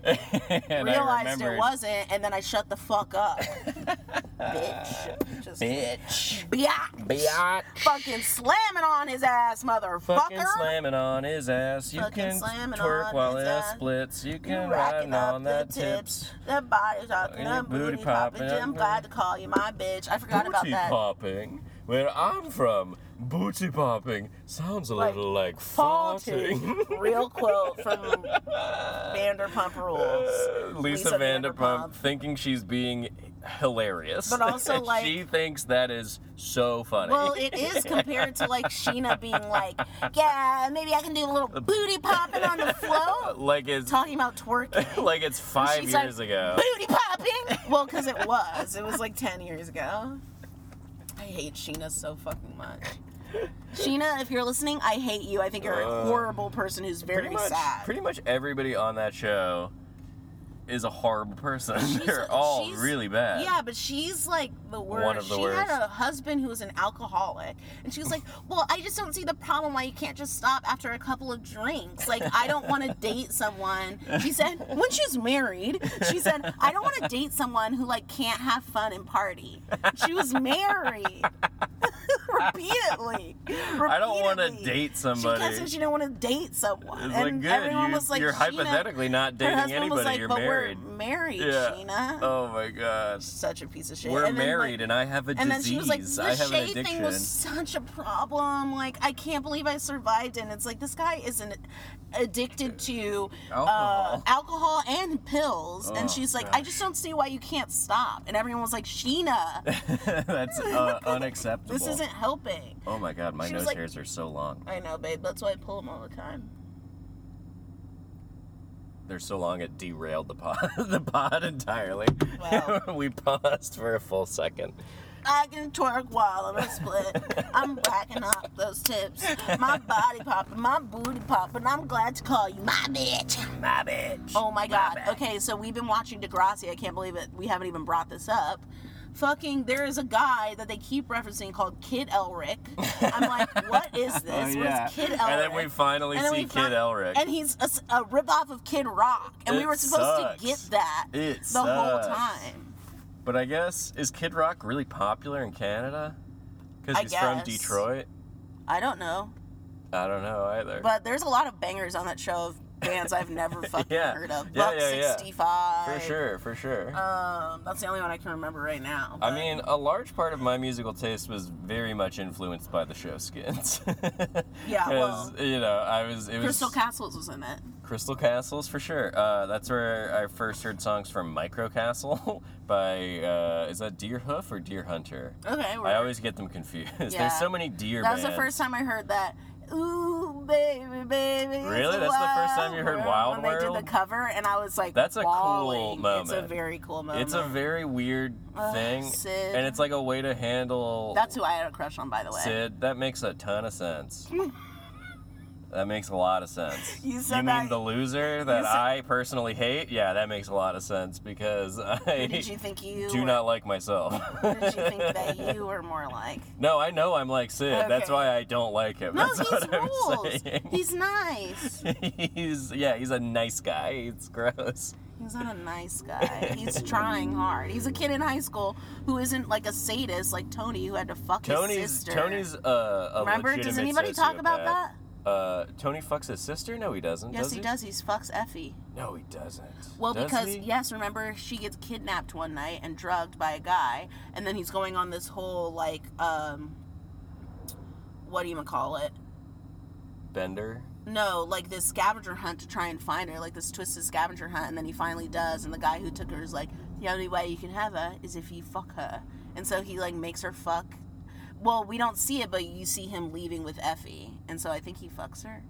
Speaker 1: and I
Speaker 2: realized it
Speaker 1: remembered.
Speaker 2: wasn't, and then I shut the fuck up, bitch. Just, [LAUGHS]
Speaker 3: Bitch.
Speaker 2: biatch.
Speaker 3: Biatch.
Speaker 2: Fucking slamming on his ass, motherfucker.
Speaker 1: Fucking slamming on his ass. You
Speaker 2: Fucking
Speaker 1: can
Speaker 2: slamming
Speaker 1: twerk
Speaker 2: on
Speaker 1: while
Speaker 2: his
Speaker 1: it
Speaker 2: ass.
Speaker 1: splits. You
Speaker 2: You
Speaker 1: can
Speaker 2: racking
Speaker 1: ride
Speaker 2: up
Speaker 1: on
Speaker 2: the
Speaker 1: that
Speaker 2: tips.
Speaker 1: tips.
Speaker 2: That body's talking,
Speaker 1: Your
Speaker 2: that booty,
Speaker 1: booty
Speaker 2: popping.
Speaker 1: popping.
Speaker 2: I'm glad to call you my bitch. I forgot about
Speaker 1: booty
Speaker 2: that.
Speaker 1: popping. Where I'm from, booty popping sounds a
Speaker 2: Like
Speaker 1: little like
Speaker 2: Farting.
Speaker 1: farting. [LAUGHS]
Speaker 2: Real quote from Vanderpump Rules.
Speaker 1: Lisa, Vanderpump, thinking she's being hilarious. [LAUGHS]
Speaker 2: But also, like-
Speaker 1: she thinks that is so funny.
Speaker 2: Well, it is compared to like Sheena being like, yeah, maybe I can do
Speaker 1: [LAUGHS]
Speaker 2: a little booty popping on the
Speaker 1: [LAUGHS]
Speaker 2: float.
Speaker 1: like it's
Speaker 2: Talking about twerking.
Speaker 1: [LAUGHS] like it's five
Speaker 2: she's like,
Speaker 1: years
Speaker 2: [LAUGHS]
Speaker 1: ago.
Speaker 2: Booty popping! Well, because it was. It was like 10 years ago. I hate Sheena so fucking much. Sheena, if you're listening, I hate you. I think you're a
Speaker 1: Uh,
Speaker 2: horrible person who's very
Speaker 1: pretty much,
Speaker 2: sad.
Speaker 1: pretty much everybody on that show is a horrible person. [LAUGHS]
Speaker 2: She's-
Speaker 1: They're all
Speaker 2: she's-
Speaker 1: really bad.
Speaker 2: Yeah, but she's like the worst.
Speaker 1: One of the
Speaker 2: she
Speaker 1: worst.
Speaker 2: had a husband who was an alcoholic, and she was
Speaker 1: [LAUGHS]
Speaker 2: like, "Well, I just don't see the problem why you can't just stop after a couple of drinks. Like, I don't
Speaker 1: [LAUGHS]
Speaker 2: want to date someone." She said when she was married, she said, "I don't want to date someone who like can't have fun and party." She was married. [LAUGHS] repeatedly,
Speaker 1: I don't want to
Speaker 2: Repeatedly.
Speaker 1: date
Speaker 2: She
Speaker 1: somebody.
Speaker 2: kept saying she didn't want to date someone,
Speaker 1: it's like
Speaker 2: and
Speaker 1: good.
Speaker 2: everyone
Speaker 1: You,
Speaker 2: was like,
Speaker 1: you're
Speaker 2: "Sheena-"
Speaker 1: hypothetically not
Speaker 2: Her
Speaker 1: dating
Speaker 2: husband
Speaker 1: anybody.
Speaker 2: was like,
Speaker 1: you're
Speaker 2: but
Speaker 1: married.
Speaker 2: we're married,
Speaker 1: Yeah.
Speaker 2: Sheena.
Speaker 1: Oh my gosh.
Speaker 2: Such a piece of shit.
Speaker 1: We're
Speaker 2: And then, like-
Speaker 1: married, and I have a
Speaker 2: and then
Speaker 1: disease.
Speaker 2: she was like,
Speaker 1: I
Speaker 2: "The
Speaker 1: have an
Speaker 2: shade
Speaker 1: addiction."
Speaker 2: thing was such a problem. Like, I can't believe I survived." And it's like this guy isn't addicted to
Speaker 1: Uh, Alcohol.
Speaker 2: uh, alcohol and pills.
Speaker 1: Oh,
Speaker 2: and she's like, "I just don't see why you can't stop." And everyone was
Speaker 1: [LAUGHS]
Speaker 2: like, "Sheena, [LAUGHS]
Speaker 1: That's uh, unacceptable.
Speaker 2: this isn't helping."
Speaker 1: Oh my god, my
Speaker 2: She was
Speaker 1: nose
Speaker 2: like-
Speaker 1: hairs are so long.
Speaker 2: I know, babe. That's why I pull them all the time.
Speaker 1: They're so long it derailed the pod, [LAUGHS] the pod entirely.
Speaker 2: Wow.
Speaker 1: [LAUGHS] we paused for a full second.
Speaker 2: I can twerk while I'm a split. I'm racking up those tips. My body popping, my booty popping. I'm glad to call you my bitch.
Speaker 1: My bitch.
Speaker 2: Oh my god. Okay, so we've been watching Degrassi. I can't believe it. We haven't even brought this up. Fucking, there is a guy that they keep referencing called Kid Elric.
Speaker 1: [LAUGHS]
Speaker 2: I'm like, what is this?
Speaker 1: Oh, yeah.
Speaker 2: What's Kid Elric?
Speaker 1: And then we finally
Speaker 2: And then
Speaker 1: see
Speaker 2: we
Speaker 1: Kid
Speaker 2: fin-
Speaker 1: Elric.
Speaker 2: And he's a, s- a ripoff of Kid Rock. And we
Speaker 1: It
Speaker 2: were supposed
Speaker 1: sucks.
Speaker 2: to get that
Speaker 1: It
Speaker 2: the
Speaker 1: sucks.
Speaker 2: whole time.
Speaker 1: but I guess is Kid Rock really popular in Canada? Because
Speaker 2: I
Speaker 1: he's from
Speaker 2: guess.
Speaker 1: Detroit.
Speaker 2: I don't know.
Speaker 1: I don't know either.
Speaker 2: But there's a lot of bangers on that show of bands I've
Speaker 1: [LAUGHS]
Speaker 2: never fucking
Speaker 1: Yeah.
Speaker 2: heard of.
Speaker 1: Yeah,
Speaker 2: Buck
Speaker 1: yeah, yeah.
Speaker 2: 65.
Speaker 1: for sure, for sure.
Speaker 2: Um, that's the only one I can remember right now.
Speaker 1: I
Speaker 2: but-
Speaker 1: mean, a large part of my musical taste was very much influenced by the show Skins. [LAUGHS]
Speaker 2: Yeah,
Speaker 1: 'Cause, you know, I was it
Speaker 2: Crystal
Speaker 1: was
Speaker 2: Castles was in it.
Speaker 1: Crystal Castles for sure. Uh, that's where I first heard songs from Micro Castle [LAUGHS] by uh, is that Deerhoof or Deer Hunter?
Speaker 2: Okay,
Speaker 1: I always get them confused. [LAUGHS]
Speaker 2: Yeah.
Speaker 1: There's so many deer.
Speaker 2: That was the
Speaker 1: bands.
Speaker 2: first time I heard that. Ooh, baby, baby. it's
Speaker 1: Really?
Speaker 2: a
Speaker 1: That's the first
Speaker 2: wild
Speaker 1: time you heard
Speaker 2: world.
Speaker 1: Wild
Speaker 2: when They
Speaker 1: World?
Speaker 2: did the cover, and I was like,
Speaker 1: That's a cool
Speaker 2: bawling. It's a
Speaker 1: moment.
Speaker 2: very cool moment.
Speaker 1: It's a very weird
Speaker 2: Ugh,
Speaker 1: thing,
Speaker 2: Sid.
Speaker 1: and it's like a way to handle.
Speaker 2: That's who I had a crush on, by the way.
Speaker 1: Sid, that makes a ton of sense. that makes a lot of sense.
Speaker 2: [LAUGHS] You said
Speaker 1: mean
Speaker 2: that-
Speaker 1: the loser that
Speaker 2: said-
Speaker 1: I personally hate? Yeah, that makes a lot of sense because I
Speaker 2: Did you think you?
Speaker 1: [LAUGHS] do
Speaker 2: were-
Speaker 1: not like myself. [LAUGHS]
Speaker 2: Did you think that you were more like?
Speaker 1: no, I know I'm like Sid. That's
Speaker 2: Okay.
Speaker 1: why I don't like him.
Speaker 2: No,
Speaker 1: That's
Speaker 2: he's
Speaker 1: what I'm
Speaker 2: rules.
Speaker 1: saying. [LAUGHS]
Speaker 2: He's nice.
Speaker 1: he's yeah, he's a nice guy. It's gross.
Speaker 2: He's not a nice guy. He's trying hard. He's a kid in high school who isn't like a sadist like Tony, who had to fuck his
Speaker 1: Tony's
Speaker 2: sister.
Speaker 1: Tony's uh, a
Speaker 2: Remember? Does
Speaker 1: legitimate
Speaker 2: anybody talk about
Speaker 1: sociopath.
Speaker 2: that?
Speaker 1: Uh, Tony fucks his sister? No, he doesn't.
Speaker 2: Yes,
Speaker 1: does
Speaker 2: he does. He fucks Effie.
Speaker 1: No, he doesn't.
Speaker 2: Well,
Speaker 1: Does
Speaker 2: because
Speaker 1: he?
Speaker 2: yes, remember she gets kidnapped one night and drugged by a guy, and then he's going on this whole like, um, what do you call it?
Speaker 1: Bender.
Speaker 2: No, like this scavenger hunt to try and find her, like this twisted scavenger hunt, and then he finally does, and the guy who took her is like, the only way you can have her is if you fuck her, and so he like makes her fuck. Well, we don't see it, but you see him leaving with Effie, and so I think he fucks her.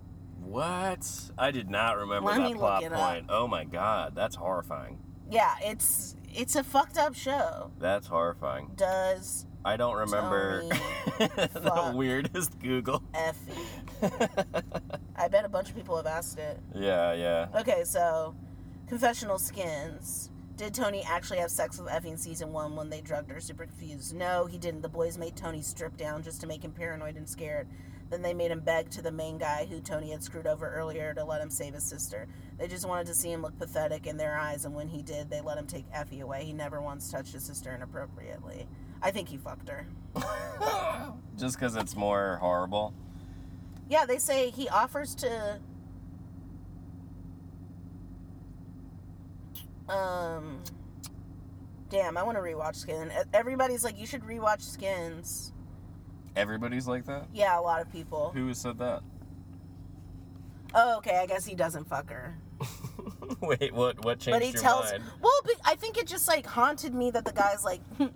Speaker 1: What? I did not remember
Speaker 2: Let me
Speaker 1: that
Speaker 2: look
Speaker 1: plot
Speaker 2: it
Speaker 1: point.
Speaker 2: up.
Speaker 1: Oh my god, that's horrifying.
Speaker 2: Yeah, it's it's a fucked up show.
Speaker 1: That's horrifying.
Speaker 2: Does
Speaker 1: I don't remember [LAUGHS] the
Speaker 2: fuck.
Speaker 1: weirdest Google.
Speaker 2: Effie? I bet a bunch of people have asked it.
Speaker 1: Yeah, yeah.
Speaker 2: Okay, so confessional skins. Did Tony actually have sex with Effie in season one when they drugged her? Super confused. No, he didn't. The boys made Tony strip down just to make him paranoid and scared. Then they made him beg to the main guy who Tony had screwed over earlier to let him save his sister. They just wanted to see him look pathetic in their eyes, and when he did, they let him take Effie away. He never once touched his sister inappropriately. I think he fucked her.
Speaker 1: Just because it's more horrible.
Speaker 2: Yeah, they say he offers to. Um. Damn, I want to rewatch Skin. E- Everybody's like, you should rewatch Skins.
Speaker 1: Everybody's like that?
Speaker 2: Yeah, a lot of people.
Speaker 1: Who has said that? [LAUGHS]
Speaker 2: Oh, okay, I guess he doesn't fuck her.
Speaker 1: Wait, what what changed
Speaker 2: but he
Speaker 1: your
Speaker 2: tells.
Speaker 1: mind?
Speaker 2: Well, but I think it just like haunted me that the guy's like, "Hmm,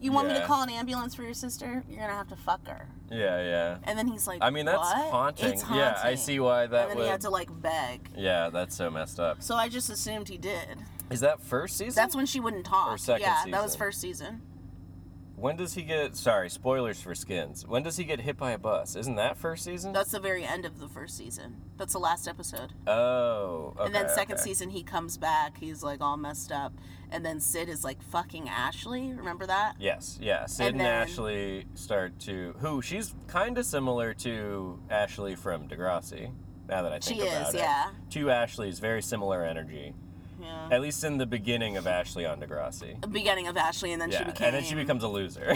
Speaker 2: you want me to
Speaker 1: Yeah.
Speaker 2: call an ambulance for your sister? You're gonna have to fuck her.
Speaker 1: Yeah, yeah.
Speaker 2: And then he's like,
Speaker 1: I mean that's
Speaker 2: "What?"
Speaker 1: haunting.
Speaker 2: It's
Speaker 1: Yeah, I
Speaker 2: haunting.
Speaker 1: see why that
Speaker 2: And then
Speaker 1: would
Speaker 2: he had to like beg.
Speaker 1: Yeah, that's so messed up.
Speaker 2: So I just assumed he did.
Speaker 1: Is that first season?
Speaker 2: That's when she wouldn't talk.
Speaker 1: Or second
Speaker 2: yeah, that was
Speaker 1: season.
Speaker 2: first season.
Speaker 1: When does he get? Sorry, spoilers for Skins. When does he get hit by a bus? Isn't that first season?
Speaker 2: That's the very end of the first season. That's the last episode.
Speaker 1: oh, okay,
Speaker 2: and then second
Speaker 1: okay.
Speaker 2: season he comes back, he's like all messed up. And then Sid is like fucking Ashley. Remember that?
Speaker 1: Yes, yeah. Sid and,
Speaker 2: then-
Speaker 1: Ashley start to who? She's kind of similar to Ashley from Degrassi. Now that I think
Speaker 2: She
Speaker 1: about
Speaker 2: is,
Speaker 1: it,
Speaker 2: yeah.
Speaker 1: Two Ashleys, very similar energy.
Speaker 2: Yeah.
Speaker 1: At least in the beginning of Ashley on Degrassi.
Speaker 2: The beginning of Ashley and then she
Speaker 1: Yeah,
Speaker 2: became
Speaker 1: and then she becomes a [LAUGHS]
Speaker 2: [LAUGHS]
Speaker 1: loser.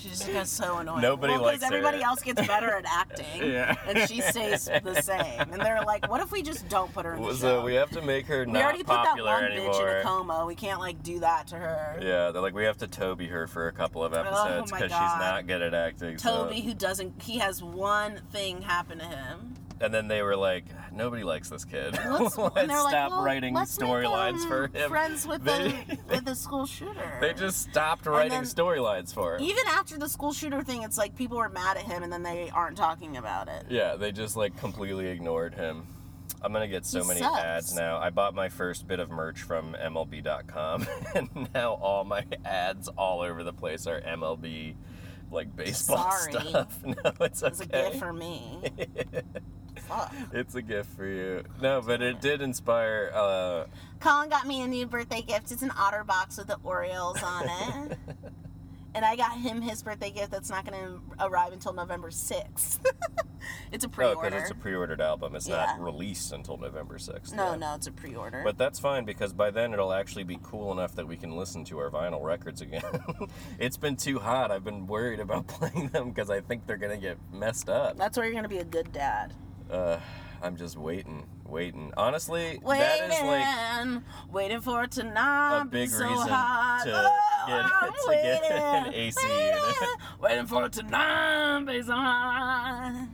Speaker 2: She's just got so annoying.
Speaker 1: Nobody
Speaker 2: well,
Speaker 1: likes
Speaker 2: because everybody
Speaker 1: her.
Speaker 2: else gets better at acting.
Speaker 1: [LAUGHS] Yeah.
Speaker 2: And she stays the same. And they're like, What if we just don't put her in the show?
Speaker 1: so uh, we have to make her
Speaker 2: We
Speaker 1: not
Speaker 2: already put that
Speaker 1: popular
Speaker 2: one
Speaker 1: anymore.
Speaker 2: bitch in a coma. We can't like do that to her.
Speaker 1: Yeah, they're like we have to Toby her for a couple of episodes
Speaker 2: Oh my
Speaker 1: because she's
Speaker 2: God.
Speaker 1: not good at acting. so-
Speaker 2: Toby, who doesn't, he has one thing happen to him.
Speaker 1: and then they were like, nobody likes this kid. [LAUGHS]
Speaker 2: Let's, and they're like,
Speaker 1: stop
Speaker 2: "Well,
Speaker 1: writing
Speaker 2: let's make
Speaker 1: storylines
Speaker 2: him
Speaker 1: for him.
Speaker 2: Friends with
Speaker 1: They- [LAUGHS]
Speaker 2: the with the school shooter.
Speaker 1: They just stopped writing
Speaker 2: then-
Speaker 1: storylines for him.
Speaker 2: even after the school shooter thing, it's like people are mad at him and then they aren't talking about it.
Speaker 1: yeah, they just like completely ignored him. I'm gonna get so
Speaker 2: He
Speaker 1: many
Speaker 2: sucks.
Speaker 1: ads now. I bought my first bit of merch from MLB.com, [LAUGHS] and now all my ads all over the place are MLB, like baseball [LAUGHS]
Speaker 2: Sorry.
Speaker 1: stuff. No, it's okay.
Speaker 2: It's a gift
Speaker 1: [LAUGHS]
Speaker 2: for me. Fuck.
Speaker 1: It's a gift for you. No, but it did inspire. Uh,
Speaker 2: Colin got me a new birthday gift. It's an otter box with the Orioles on
Speaker 1: [LAUGHS]
Speaker 2: it. And I got him his birthday gift that's not going to arrive until November 6th. [LAUGHS] it's a pre
Speaker 1: oh,
Speaker 2: order.
Speaker 1: because it's a pre-ordered album. It's
Speaker 2: Yeah.
Speaker 1: not released until November sixth.
Speaker 2: no, no, it's a pre order.
Speaker 1: But that's fine because by then it'll actually be cool enough that we can listen to our vinyl records again. [LAUGHS] it's been too hot. I've been worried about [LAUGHS] playing them because I think they're gonna get messed up.
Speaker 2: That's where you're going to be a good dad.
Speaker 1: Uh, I'm just waiting, waiting. Honestly,
Speaker 2: Waiting,
Speaker 1: that is like
Speaker 2: waiting for tonight.
Speaker 1: a big
Speaker 2: so
Speaker 1: reason
Speaker 2: hot.
Speaker 1: to
Speaker 2: Oh,
Speaker 1: get-
Speaker 2: I'm
Speaker 1: [LAUGHS] to get an
Speaker 2: waiting,
Speaker 1: AC
Speaker 2: waiting,
Speaker 1: unit.
Speaker 2: Waiting for tonight. Be so hot.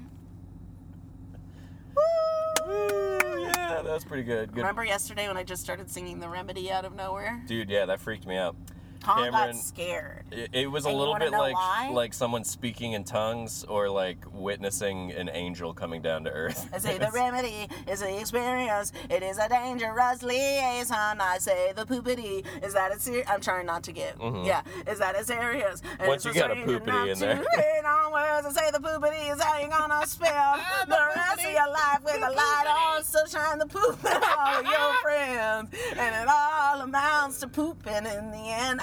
Speaker 1: Woo, yeah, that was pretty good. Good,
Speaker 2: Remember yesterday when I just started singing The Remedy out of nowhere?
Speaker 1: dude. Yeah, that freaked me out.
Speaker 2: Colin
Speaker 1: Cameron-
Speaker 2: got scared.
Speaker 1: It, it was a
Speaker 2: And you
Speaker 1: little
Speaker 2: wanna
Speaker 1: bit
Speaker 2: know
Speaker 1: like
Speaker 2: why?
Speaker 1: like someone speaking in tongues or like witnessing an angel coming down to
Speaker 2: [LAUGHS]
Speaker 1: earth.
Speaker 2: I say the remedy is the experience. It is a dangerous liaison. I say the poopity is that it's serious. I'm trying not to get.
Speaker 1: Mm-hmm.
Speaker 2: Yeah, is that it's serious? And
Speaker 1: Once
Speaker 2: it's
Speaker 1: you got a
Speaker 2: stranger
Speaker 1: poopity
Speaker 2: not
Speaker 1: in
Speaker 2: to
Speaker 1: there.
Speaker 2: lean on words. I say the poopity is how you gonna spend [LAUGHS] the rest of your life with a light on. So shine the poop [LAUGHS] at all of your friends, and it all amounts to pooping in the end.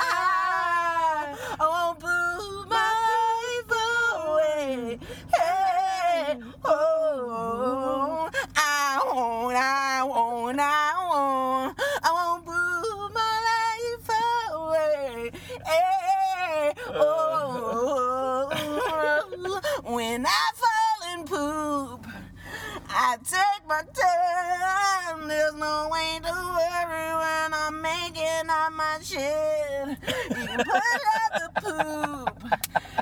Speaker 2: I, I won't poop my life away. Hey, oh, I won't, I won't, I won't, I won't poop my life away. Hey, oh, when I fall in poop, I take my time. There's no way to worry when I'm making up my shit. You can put out the poop.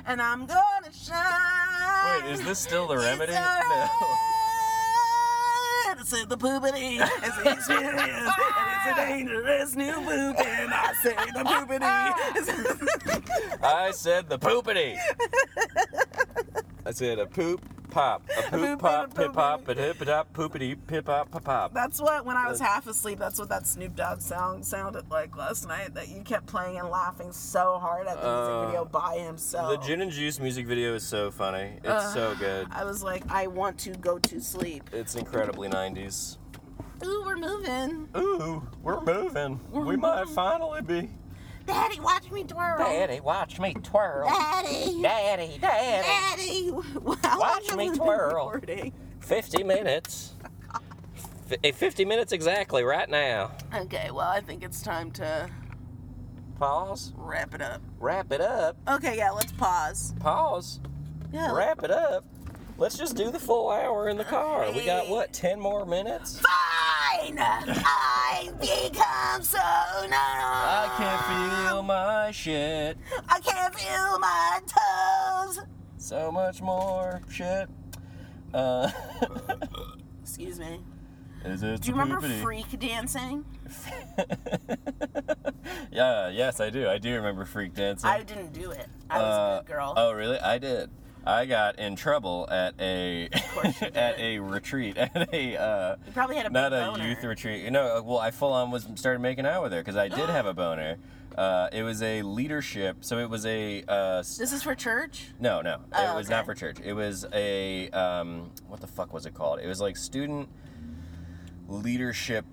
Speaker 2: and I'm gonna shine.
Speaker 1: Wait, is this still the
Speaker 2: It's
Speaker 1: remedy? [LAUGHS] No.
Speaker 2: alright. It's in the poopity. It's experience. and it's a dangerous new poop. And I say the poopity. [LAUGHS]
Speaker 1: I said the poopity. I said a poop pop, a poop,
Speaker 2: poop
Speaker 1: pop,
Speaker 2: and a
Speaker 1: pip pop, a hip pop,
Speaker 2: poopity.
Speaker 1: poopity, pip pop, pop pop.
Speaker 2: That's what, when I was half asleep, that's what that Snoop Dogg sound sounded like last night. That you kept playing and laughing so hard at the
Speaker 1: Uh,
Speaker 2: music video by himself.
Speaker 1: The Gin and Juice music video is so funny. It's so good.
Speaker 2: I was like, I want to go to sleep.
Speaker 1: It's incredibly 90s.
Speaker 2: Ooh, we're moving.
Speaker 1: Ooh, we're moving. We might finally be.
Speaker 2: Daddy, watch me twirl.
Speaker 3: Daddy, watch me twirl.
Speaker 2: Daddy.
Speaker 3: Daddy, daddy.
Speaker 2: Daddy. [LAUGHS] How
Speaker 3: Watch
Speaker 2: long
Speaker 3: me
Speaker 2: have we been
Speaker 3: twirl.
Speaker 2: recording?
Speaker 1: 50 minutes. F- eh, 50 minutes exactly right now.
Speaker 2: Okay, well, I think it's time to
Speaker 1: Pause.
Speaker 2: wrap it up.
Speaker 1: Wrap it up.
Speaker 2: Okay, yeah, let's pause.
Speaker 1: Pause.
Speaker 2: Yeah. let-
Speaker 1: Wrap it up. Let's just do the full hour in the car. We got what, 10 more minutes?
Speaker 2: Fine! I become so numb.
Speaker 1: I can feel my shit.
Speaker 2: I can't feel my toes.
Speaker 1: So much more shit. Uh, [LAUGHS]
Speaker 2: Excuse me.
Speaker 1: is it
Speaker 2: Do you remember freak dancing?
Speaker 1: yeah, yes, I do. I do remember freak dancing.
Speaker 2: I didn't do it. I was
Speaker 1: Uh,
Speaker 2: a good girl.
Speaker 1: Oh, really? I did. I got in trouble at a [LAUGHS]
Speaker 2: course you
Speaker 1: at a
Speaker 2: did.
Speaker 1: retreat [LAUGHS] at a uh,
Speaker 2: you probably had a
Speaker 1: not
Speaker 2: big
Speaker 1: a
Speaker 2: boner.
Speaker 1: youth retreat. No, uh, well, I full on was started making out with her because I
Speaker 2: [GASPS]
Speaker 1: did have a boner. Uh, it was a leadership, so it was a uh, s-
Speaker 2: This is for church?
Speaker 1: no, no, it
Speaker 2: Oh,
Speaker 1: was
Speaker 2: okay.
Speaker 1: not for church. It was a um, what the fuck was it called? It was like student leadership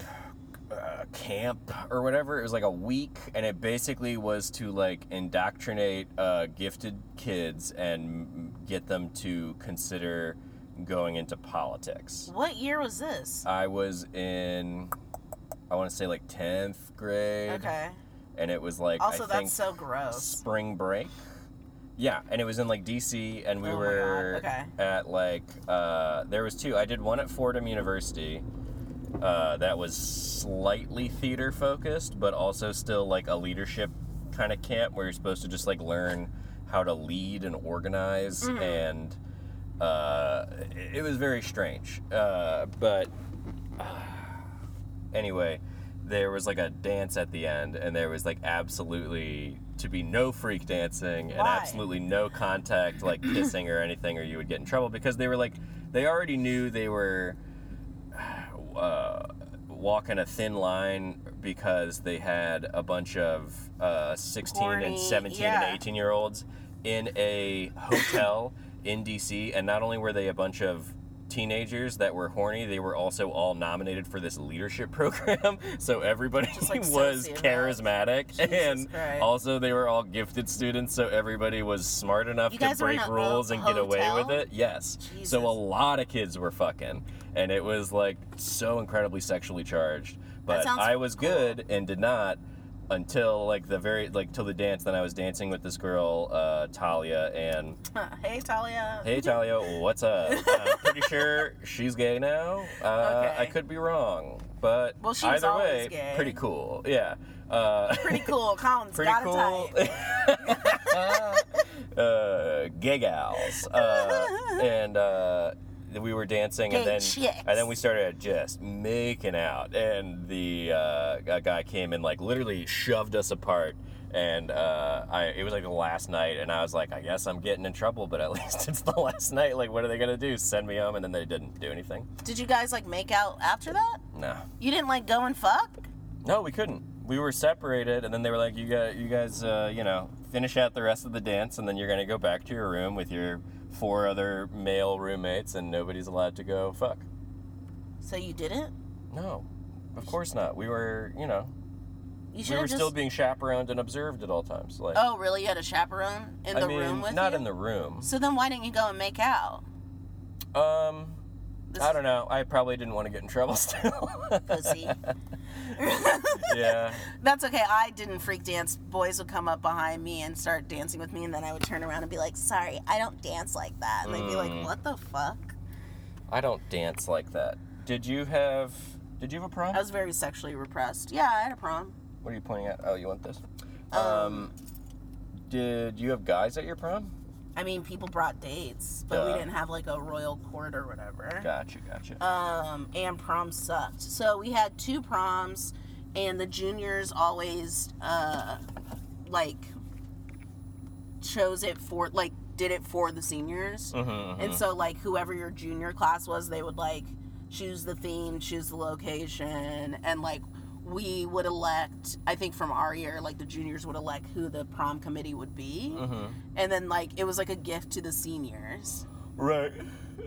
Speaker 1: uh, camp or whatever. It was like a week, and it basically was to like indoctrinate uh, gifted kids and m- get them to consider going into politics.
Speaker 2: What year was this?
Speaker 1: I was in, I want to say like tenth grade,
Speaker 2: Okay.
Speaker 1: and it was like
Speaker 2: Also,
Speaker 1: I think
Speaker 2: that's so gross. [LAUGHS]
Speaker 1: spring break. Yeah, and it was in like DC, and we
Speaker 2: Oh my God,
Speaker 1: were
Speaker 2: okay.
Speaker 1: at like uh, there was two. I did one at Fordham University. Uh, that was slightly theater focused, but also still like a leadership kind of camp where you're supposed to just like learn how to lead and organize,
Speaker 2: Mm-hmm.
Speaker 1: and uh, it- it was very strange. Uh, but uh, anyway, there was like a dance at the end, and there was like absolutely to be no freak dancing and
Speaker 2: Why?
Speaker 1: absolutely no contact, like kissing or anything, or you would get in trouble because they were like, they already knew they were uh, walking a thin line because they had a bunch of uh, 16 and
Speaker 2: Horny,
Speaker 1: 17
Speaker 2: yeah.
Speaker 1: and 18 year olds in a hotel [LAUGHS] in DC, and not only were they a bunch of teenagers that were horny, they were also all nominated for this leadership [LAUGHS] program. so everybody
Speaker 2: Just, like,
Speaker 1: [LAUGHS] was
Speaker 2: sociopaths. [LAUGHS]
Speaker 1: charismatic, and
Speaker 2: Christ.
Speaker 1: also they were all gifted students. So everybody was smart enough
Speaker 2: You
Speaker 1: to
Speaker 2: guys were in
Speaker 1: break
Speaker 2: a
Speaker 1: rules and get away
Speaker 2: hotel?
Speaker 1: with it. Yes.
Speaker 2: Jesus.
Speaker 1: So a lot of kids were fucking, and it was like so incredibly sexually charged. But
Speaker 2: sounds
Speaker 1: I was
Speaker 2: cool.
Speaker 1: good and did not until like the very like till the dance. Then I was dancing with this girl uh, Talia, and
Speaker 2: hey, Talia. [LAUGHS]
Speaker 1: hey Talia, what's up? I'm pretty sure she's gay now. Uh, I
Speaker 2: Okay.
Speaker 1: could be wrong, but
Speaker 2: Well, she was
Speaker 1: either
Speaker 2: always
Speaker 1: way,
Speaker 2: gay.
Speaker 1: pretty cool. Yeah. Uh, [LAUGHS]
Speaker 2: Pretty cool. Colin's
Speaker 1: pretty
Speaker 2: got a
Speaker 1: cool.
Speaker 2: type.
Speaker 1: [LAUGHS] uh, gay gals,
Speaker 2: [LAUGHS]
Speaker 1: uh, and uh, we were dancing,
Speaker 2: Gay
Speaker 1: and then
Speaker 2: chicks.
Speaker 1: and then we started just making out, and the uh, a guy came and like literally shoved us apart. And uh, I, it was like the last night, and I was like, I guess I'm getting in trouble, but at [LAUGHS] least it's the last night. Like, what are they gonna do? Send me home? And then they didn't do anything.
Speaker 2: Did you guys like make out after that?
Speaker 1: No,
Speaker 2: You didn't like go and fuck?
Speaker 1: no, we couldn't. We were separated, and then they were like, "You got, you guys, uh, you know, finish out the rest of the dance, and then you're gonna go back to your room with your four other male roommates, and nobody's allowed to go fuck."
Speaker 2: So you didn't?
Speaker 1: No, of course not. We were, you know,
Speaker 2: You
Speaker 1: we
Speaker 2: should
Speaker 1: were
Speaker 2: have just.
Speaker 1: still being chaperoned and observed at all times. Like,
Speaker 2: oh, really? You had a chaperone in
Speaker 1: I
Speaker 2: the
Speaker 1: mean,
Speaker 2: room with
Speaker 1: not
Speaker 2: you?
Speaker 1: in the room.
Speaker 2: So then why didn't you go and make out?
Speaker 1: Um,
Speaker 2: This
Speaker 1: I don't know. I probably didn't want to get in trouble [LAUGHS]
Speaker 2: [LAUGHS]
Speaker 1: still.
Speaker 2: Pussy.
Speaker 1: yeah.
Speaker 2: That's okay. I didn't freak dance. Boys would come up behind me and start dancing with me, and then I would turn around and be like, "Sorry, I don't dance like that." And they'd be
Speaker 1: Mm.
Speaker 2: like, "What the fuck?"
Speaker 1: I don't dance like that. Did you have? Did you have a prom?
Speaker 2: I was very sexually repressed. Yeah, I had a prom.
Speaker 1: What Um, are you pointing at? Oh, you want this? Um, did you have guys at your prom?
Speaker 2: I mean, people brought dates, but we
Speaker 1: Yeah.
Speaker 2: didn't have like a royal court or whatever.
Speaker 1: Gotcha, gotcha.
Speaker 2: Um, and prom sucked. So we had two proms, and the juniors always uh, like chose it for like did it for the seniors.
Speaker 1: Mhm, mhm.
Speaker 2: And so like whoever your junior class was, they would like choose the theme, choose the location, and like we would elect I think from our year, like the juniors would elect who the prom committee would be.
Speaker 1: Mhm.
Speaker 2: And then like it was like a gift to the seniors.
Speaker 1: Right.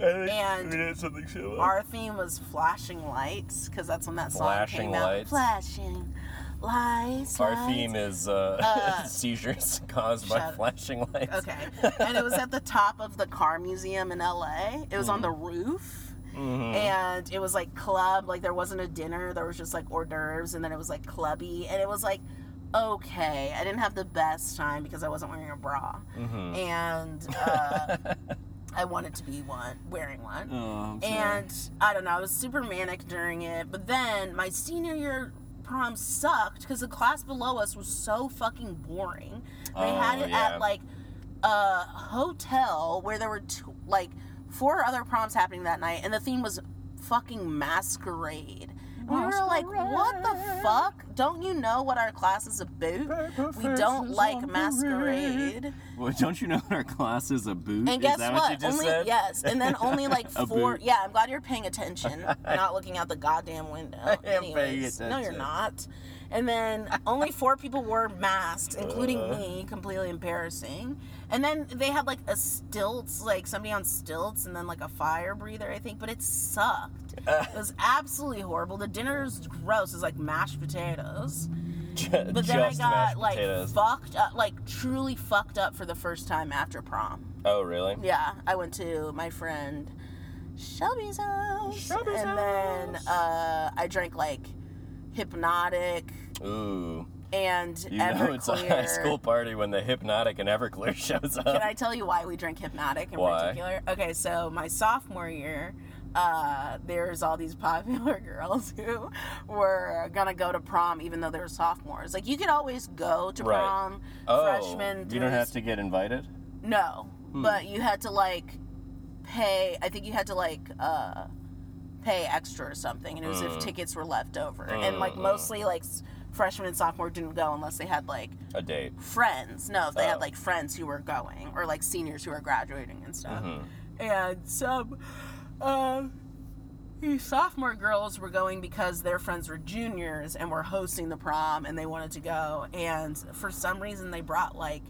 Speaker 2: And we
Speaker 1: did something similar.
Speaker 2: Our theme was flashing lights, because that's when that song
Speaker 1: Flashing
Speaker 2: came out.
Speaker 1: lights.
Speaker 2: Flashing lights.
Speaker 1: Our
Speaker 2: lights.
Speaker 1: theme is uh, [LAUGHS]
Speaker 2: Uh,
Speaker 1: seizures caused by
Speaker 2: shut up.
Speaker 1: flashing lights.
Speaker 2: Okay. and it was at the top of the car museum in LA. It
Speaker 1: Mm-hmm.
Speaker 2: was on the roof.
Speaker 1: Mhm.
Speaker 2: and it was like club like there wasn't a dinner there was just like hors d'oeuvres and then it was like clubby and it was like okay i didn't have the best time because i wasn't wearing a bra
Speaker 1: Mhm.
Speaker 2: and uh,
Speaker 1: [LAUGHS]
Speaker 2: i wanted to be one wearing one
Speaker 1: Oh,
Speaker 2: and i don't know i was super manic during it but then my senior year prom sucked because the class below us was so fucking boring they had
Speaker 1: Oh,
Speaker 2: it
Speaker 1: yeah.
Speaker 2: at like a hotel where there were two, like four other proms happening that night, and the theme was fucking masquerade. And we were like, what the fuck? Don't you know what our class is about? We don't like masquerade.
Speaker 1: Well, don't you know our class is a boot?
Speaker 2: And guess
Speaker 1: is that
Speaker 2: what?
Speaker 1: what? you just
Speaker 2: only
Speaker 1: said?
Speaker 2: yes, and then only like
Speaker 1: A
Speaker 2: four.
Speaker 1: boot.
Speaker 2: Yeah, I'm glad you're
Speaker 1: [LAUGHS]
Speaker 2: paying attention, not looking out the goddamn window.
Speaker 1: I am paying
Speaker 2: Anyways, no, you're
Speaker 1: attention.
Speaker 2: not. And then only four people wore masks, including
Speaker 1: Uh-huh.
Speaker 2: me. Completely embarrassing. And then they had like a stilts, like somebody on stilts, and then like a fire breather, I think. But it
Speaker 1: [LAUGHS]
Speaker 2: sucked. It was absolutely horrible. The dinner was gross. It was like mashed potatoes.
Speaker 1: [LAUGHS] Ju-
Speaker 2: But
Speaker 1: just
Speaker 2: then I got
Speaker 1: mashed
Speaker 2: like
Speaker 1: potatoes.
Speaker 2: fucked up, like truly fucked up for the first time after prom.
Speaker 1: oh, really?
Speaker 2: Yeah, I went to my friend Shelby's house.
Speaker 1: Shelby's
Speaker 2: and then
Speaker 1: house.
Speaker 2: uh, I drank like hypnotic
Speaker 1: Ooh,
Speaker 2: and
Speaker 1: you
Speaker 2: Everclear.
Speaker 1: know it's a [LAUGHS] high school party when the hypnotic and Everclear [LAUGHS] shows up.
Speaker 2: Can I tell you why we drink hypnotic in
Speaker 1: Why?
Speaker 2: particular? Okay, so my sophomore year, uh, there's all these [LAUGHS] popular girls who were gonna go to prom even though they were sophomores. Like you could always go to
Speaker 1: Right.
Speaker 2: prom,
Speaker 1: oh,
Speaker 2: freshman.
Speaker 1: you don't
Speaker 2: through
Speaker 1: have to get invited.
Speaker 2: No, but you had to like pay. I think you had to like uh, pay extra or something, and it was if tickets were left over. And like mostly like s- freshmen and sophomore didn't go unless they had like
Speaker 1: A date.
Speaker 2: friends. No, if they had
Speaker 1: Oh.
Speaker 2: like friends who were going or like seniors who were graduating and stuff.
Speaker 1: Mm-hmm.
Speaker 2: And some uh, these sophomore girls were going because their friends were juniors and were hosting the prom and they wanted to go. And for some reason, they brought like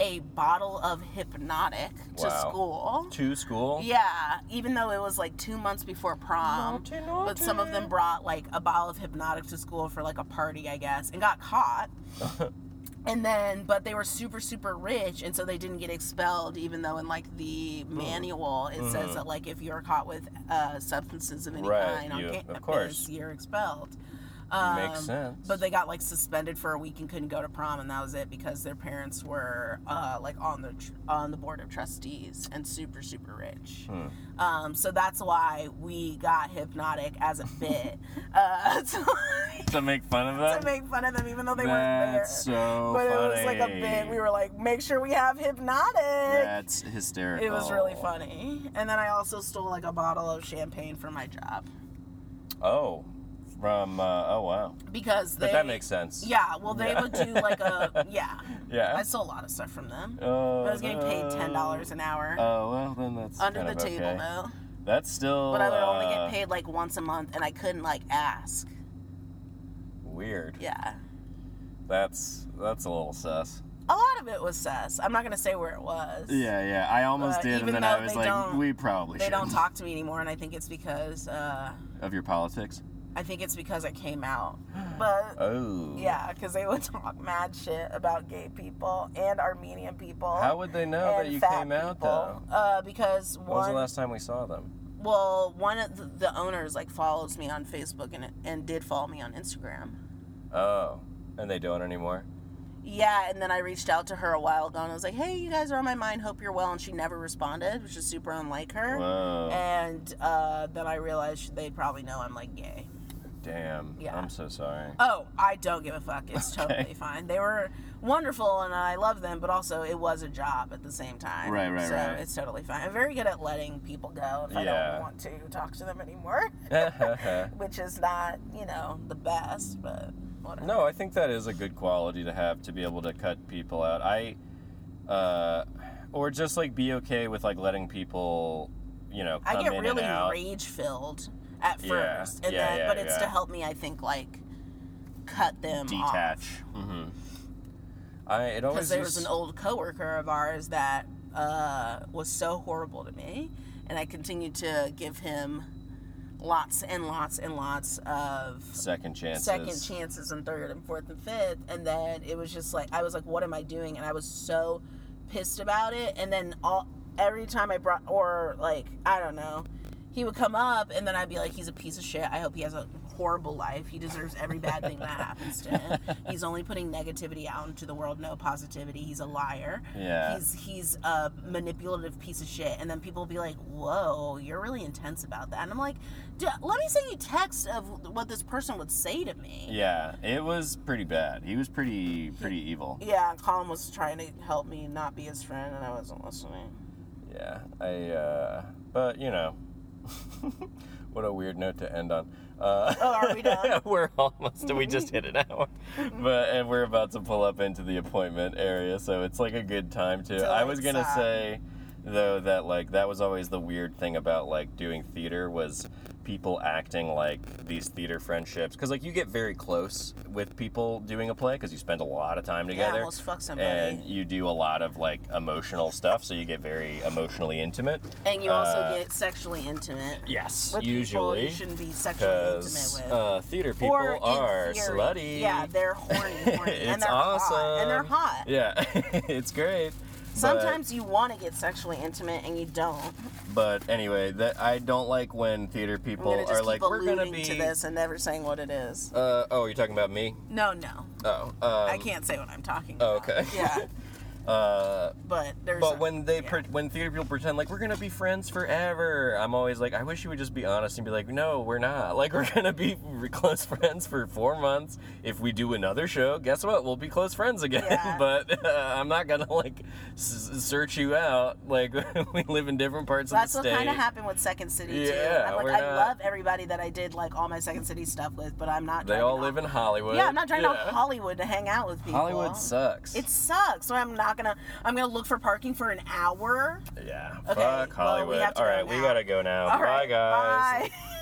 Speaker 2: a bottle of hypnotic to
Speaker 1: Wow.
Speaker 2: school.
Speaker 1: To school.
Speaker 2: Yeah, even though it was like two months before prom,
Speaker 1: Naughty,
Speaker 2: but some of them
Speaker 1: naughty.
Speaker 2: brought like a bottle of hypnotic to school for like a party, I guess, and
Speaker 1: [LAUGHS]
Speaker 2: got caught. and then, but they were super, super rich, and so they didn't get expelled, even though in like the
Speaker 1: Mm-hmm.
Speaker 2: manual it says that like if you're caught with uh, substances of any
Speaker 1: Right,
Speaker 2: kind on
Speaker 1: you- of
Speaker 2: campus,
Speaker 1: course.
Speaker 2: you're expelled.
Speaker 1: Makes
Speaker 2: Um,
Speaker 1: sense.
Speaker 2: But they got like suspended for a week and couldn't go to prom, and that was it because their parents were uh, like on the tr- on the board of trustees and super super rich.
Speaker 1: Hmm.
Speaker 2: Um, so that's why we got hypnotic as a bit [LAUGHS] uh, to,
Speaker 1: to make fun of that.
Speaker 2: to make fun of them, even though they weren't there.
Speaker 1: That's so
Speaker 2: but
Speaker 1: funny.
Speaker 2: it was like a bit. We were like, make sure we have hypnotic.
Speaker 1: That's hysterical.
Speaker 2: it was really funny. And then I also stole like a bottle of champagne for my job
Speaker 1: Oh, from uh, oh wow.
Speaker 2: because they.
Speaker 1: but that makes sense.
Speaker 2: Yeah, well, they
Speaker 1: Yeah.
Speaker 2: would do like a [LAUGHS] yeah.
Speaker 1: Yeah.
Speaker 2: I stole a lot of stuff from them.
Speaker 1: oh,
Speaker 2: But I was getting paid ten dollars an hour
Speaker 1: Oh well, then that's
Speaker 2: under
Speaker 1: kind
Speaker 2: the
Speaker 1: of
Speaker 2: table
Speaker 1: okay.
Speaker 2: though.
Speaker 1: That's still.
Speaker 2: But I would only
Speaker 1: uh,
Speaker 2: get paid like once a month, and I couldn't like ask.
Speaker 1: Weird.
Speaker 2: Yeah,
Speaker 1: That's that's a little sus.
Speaker 2: a lot of it was sus. I'm not gonna say where it was.
Speaker 1: Yeah, yeah. I almost
Speaker 2: But
Speaker 1: did,
Speaker 2: even
Speaker 1: and then
Speaker 2: though
Speaker 1: I was
Speaker 2: they
Speaker 1: like,
Speaker 2: don't-
Speaker 1: we probably
Speaker 2: They
Speaker 1: should.
Speaker 2: don't talk to me anymore, and I think it's because uh,
Speaker 1: of your politics.
Speaker 2: I think it's because I came out. But
Speaker 1: Oh.
Speaker 2: yeah, because they would [LAUGHS] talk mad shit about gay people and Armenian people.
Speaker 1: How would they know
Speaker 2: and
Speaker 1: that you
Speaker 2: fat
Speaker 1: came out
Speaker 2: people.
Speaker 1: though?
Speaker 2: Uh, because
Speaker 1: When was the
Speaker 2: one
Speaker 1: last time we saw them?
Speaker 2: Well, one of the, the owners like follows me on Facebook and and did follow me on Instagram.
Speaker 1: Oh, and they don't anymore.
Speaker 2: Yeah, and then I reached out to her a while ago and I was like, "Hey, you guys are on my mind. Hope you're well." And she never responded, which is super unlike her.
Speaker 1: Whoa.
Speaker 2: And uh, then I realized they probably know I'm like gay.
Speaker 1: Damn.
Speaker 2: Yeah.
Speaker 1: I'm so sorry. [LAUGHS]
Speaker 2: Oh, I don't give a fuck. It's
Speaker 1: Okay.
Speaker 2: totally fine. They were wonderful and I love them, but also it was a job at the same time.
Speaker 1: Right, right,
Speaker 2: so
Speaker 1: right.
Speaker 2: It's totally fine. I'm very good at letting people go if I
Speaker 1: Yeah.
Speaker 2: don't want to talk to them anymore, which is not, you know, the best, but whatever.
Speaker 1: No, I think that is a good quality to have to be able to cut people out. I, uh, or just like be okay with like letting people, you know, come
Speaker 2: I get
Speaker 1: in
Speaker 2: really
Speaker 1: and out.
Speaker 2: rage filled at
Speaker 1: Yeah,
Speaker 2: first, and
Speaker 1: yeah,
Speaker 2: then
Speaker 1: yeah,
Speaker 2: but it's to
Speaker 1: yeah.
Speaker 2: help me, I think, like cut them off.
Speaker 1: detach. Mm-hmm. I it always
Speaker 2: because there
Speaker 1: used-
Speaker 2: was an old coworker of ours that uh, was so horrible to me, and I continued to give him lots and lots and lots of
Speaker 1: second chances.
Speaker 2: second chances and third and fourth and fifth, and then it was just like I was like, what am I doing? And I was so pissed about it, and then all every time I brought or like I don't know. He would come up, and then I'd be like, "He's a piece of shit. I hope he has a horrible life. He deserves every bad thing that happens to
Speaker 1: [LAUGHS]
Speaker 2: him. He's only putting negativity out into the world, no positivity. He's a liar.
Speaker 1: Yeah.
Speaker 2: He's he's a manipulative piece of shit. And then people will be like, "Whoa, you're really intense about that." And I'm like, D- "Let me send you text of what this person would say to me."
Speaker 1: Yeah, it was pretty bad. He was pretty pretty evil.
Speaker 2: Yeah, Colin was trying to help me not be his friend, and I wasn't listening.
Speaker 1: Yeah, I. uh But you know, [LAUGHS] what a weird note to end on. Uh, [LAUGHS]
Speaker 2: Oh, are we done?
Speaker 1: we're almost. We just hit an hour, but and we're about to pull up into the appointment area, so it's like a good time to.
Speaker 2: To,
Speaker 1: I
Speaker 2: like,
Speaker 1: was gonna
Speaker 2: stop.
Speaker 1: say though that like that was always the weird thing about like doing theater was people acting like these theater friendships because like you get very close with people doing a play because you spend a lot of time
Speaker 2: Yeah, I
Speaker 1: together
Speaker 2: almost fucked somebody.
Speaker 1: and
Speaker 2: And,
Speaker 1: you do a lot of like emotional stuff, so you get very emotionally intimate.
Speaker 2: you also
Speaker 1: uh,
Speaker 2: get sexually intimate.
Speaker 1: Yes,
Speaker 2: With
Speaker 1: usually
Speaker 2: people you shouldn't be sexually intimate
Speaker 1: because
Speaker 2: with.
Speaker 1: uh, theater people
Speaker 2: Or in
Speaker 1: are
Speaker 2: theory.
Speaker 1: slutty.
Speaker 2: Yeah, they're horny,
Speaker 1: [LAUGHS]
Speaker 2: horny
Speaker 1: it's
Speaker 2: and they're
Speaker 1: awesome,
Speaker 2: hot, and they're hot.
Speaker 1: Yeah, [LAUGHS] it's great. but-
Speaker 2: Sometimes you want to get sexually intimate and you don't.
Speaker 1: but, anyway, that I don't like when theater
Speaker 2: I'm
Speaker 1: people
Speaker 2: gonna just
Speaker 1: are
Speaker 2: keep
Speaker 1: like, "We're
Speaker 2: alluding
Speaker 1: gonna be."
Speaker 2: to this and never saying what it is.
Speaker 1: Uh, oh, you're talking about me?
Speaker 2: No, no,
Speaker 1: Oh, um,
Speaker 2: I can't say what I'm talking
Speaker 1: oh,
Speaker 2: about.
Speaker 1: okay.
Speaker 2: Yeah,
Speaker 1: [LAUGHS] Uh,
Speaker 2: but there's.
Speaker 1: But when they
Speaker 2: yeah.
Speaker 1: pre- when theater people pretend like we're gonna be friends forever, I'm always like, I wish you would just be honest and be like, no, we're not. [LAUGHS] Like we're gonna be re- close friends for four months. If we do another show, guess what? We'll be close friends again.
Speaker 2: Yeah.
Speaker 1: [LAUGHS] but uh, I'm not gonna like s- s- search you out. Like [LAUGHS] we live in different parts
Speaker 2: That's
Speaker 1: of
Speaker 2: what
Speaker 1: the state.
Speaker 2: kind of happened with Second City
Speaker 1: Yeah,
Speaker 2: too. I'm
Speaker 1: we're
Speaker 2: like, I
Speaker 1: not-
Speaker 2: love everybody that I did like all my Second City stuff with, but I'm not.
Speaker 1: they
Speaker 2: driving
Speaker 1: all
Speaker 2: off-
Speaker 1: live in Hollywood.
Speaker 2: Yeah, I'm not trying to
Speaker 1: Yeah.
Speaker 2: Hollywood to hang out with people.
Speaker 1: Hollywood sucks.
Speaker 2: It sucks. So I'm not gonna. I'm gonna look for parking for an hour.
Speaker 1: yeah.
Speaker 2: Okay,
Speaker 1: Fuck
Speaker 2: well, we
Speaker 1: Hollywood.
Speaker 2: have to
Speaker 1: all
Speaker 2: go
Speaker 1: right, we
Speaker 2: now.
Speaker 1: gotta go now.
Speaker 2: All
Speaker 1: bye
Speaker 2: right,
Speaker 1: guys.
Speaker 2: Bye. [LAUGHS]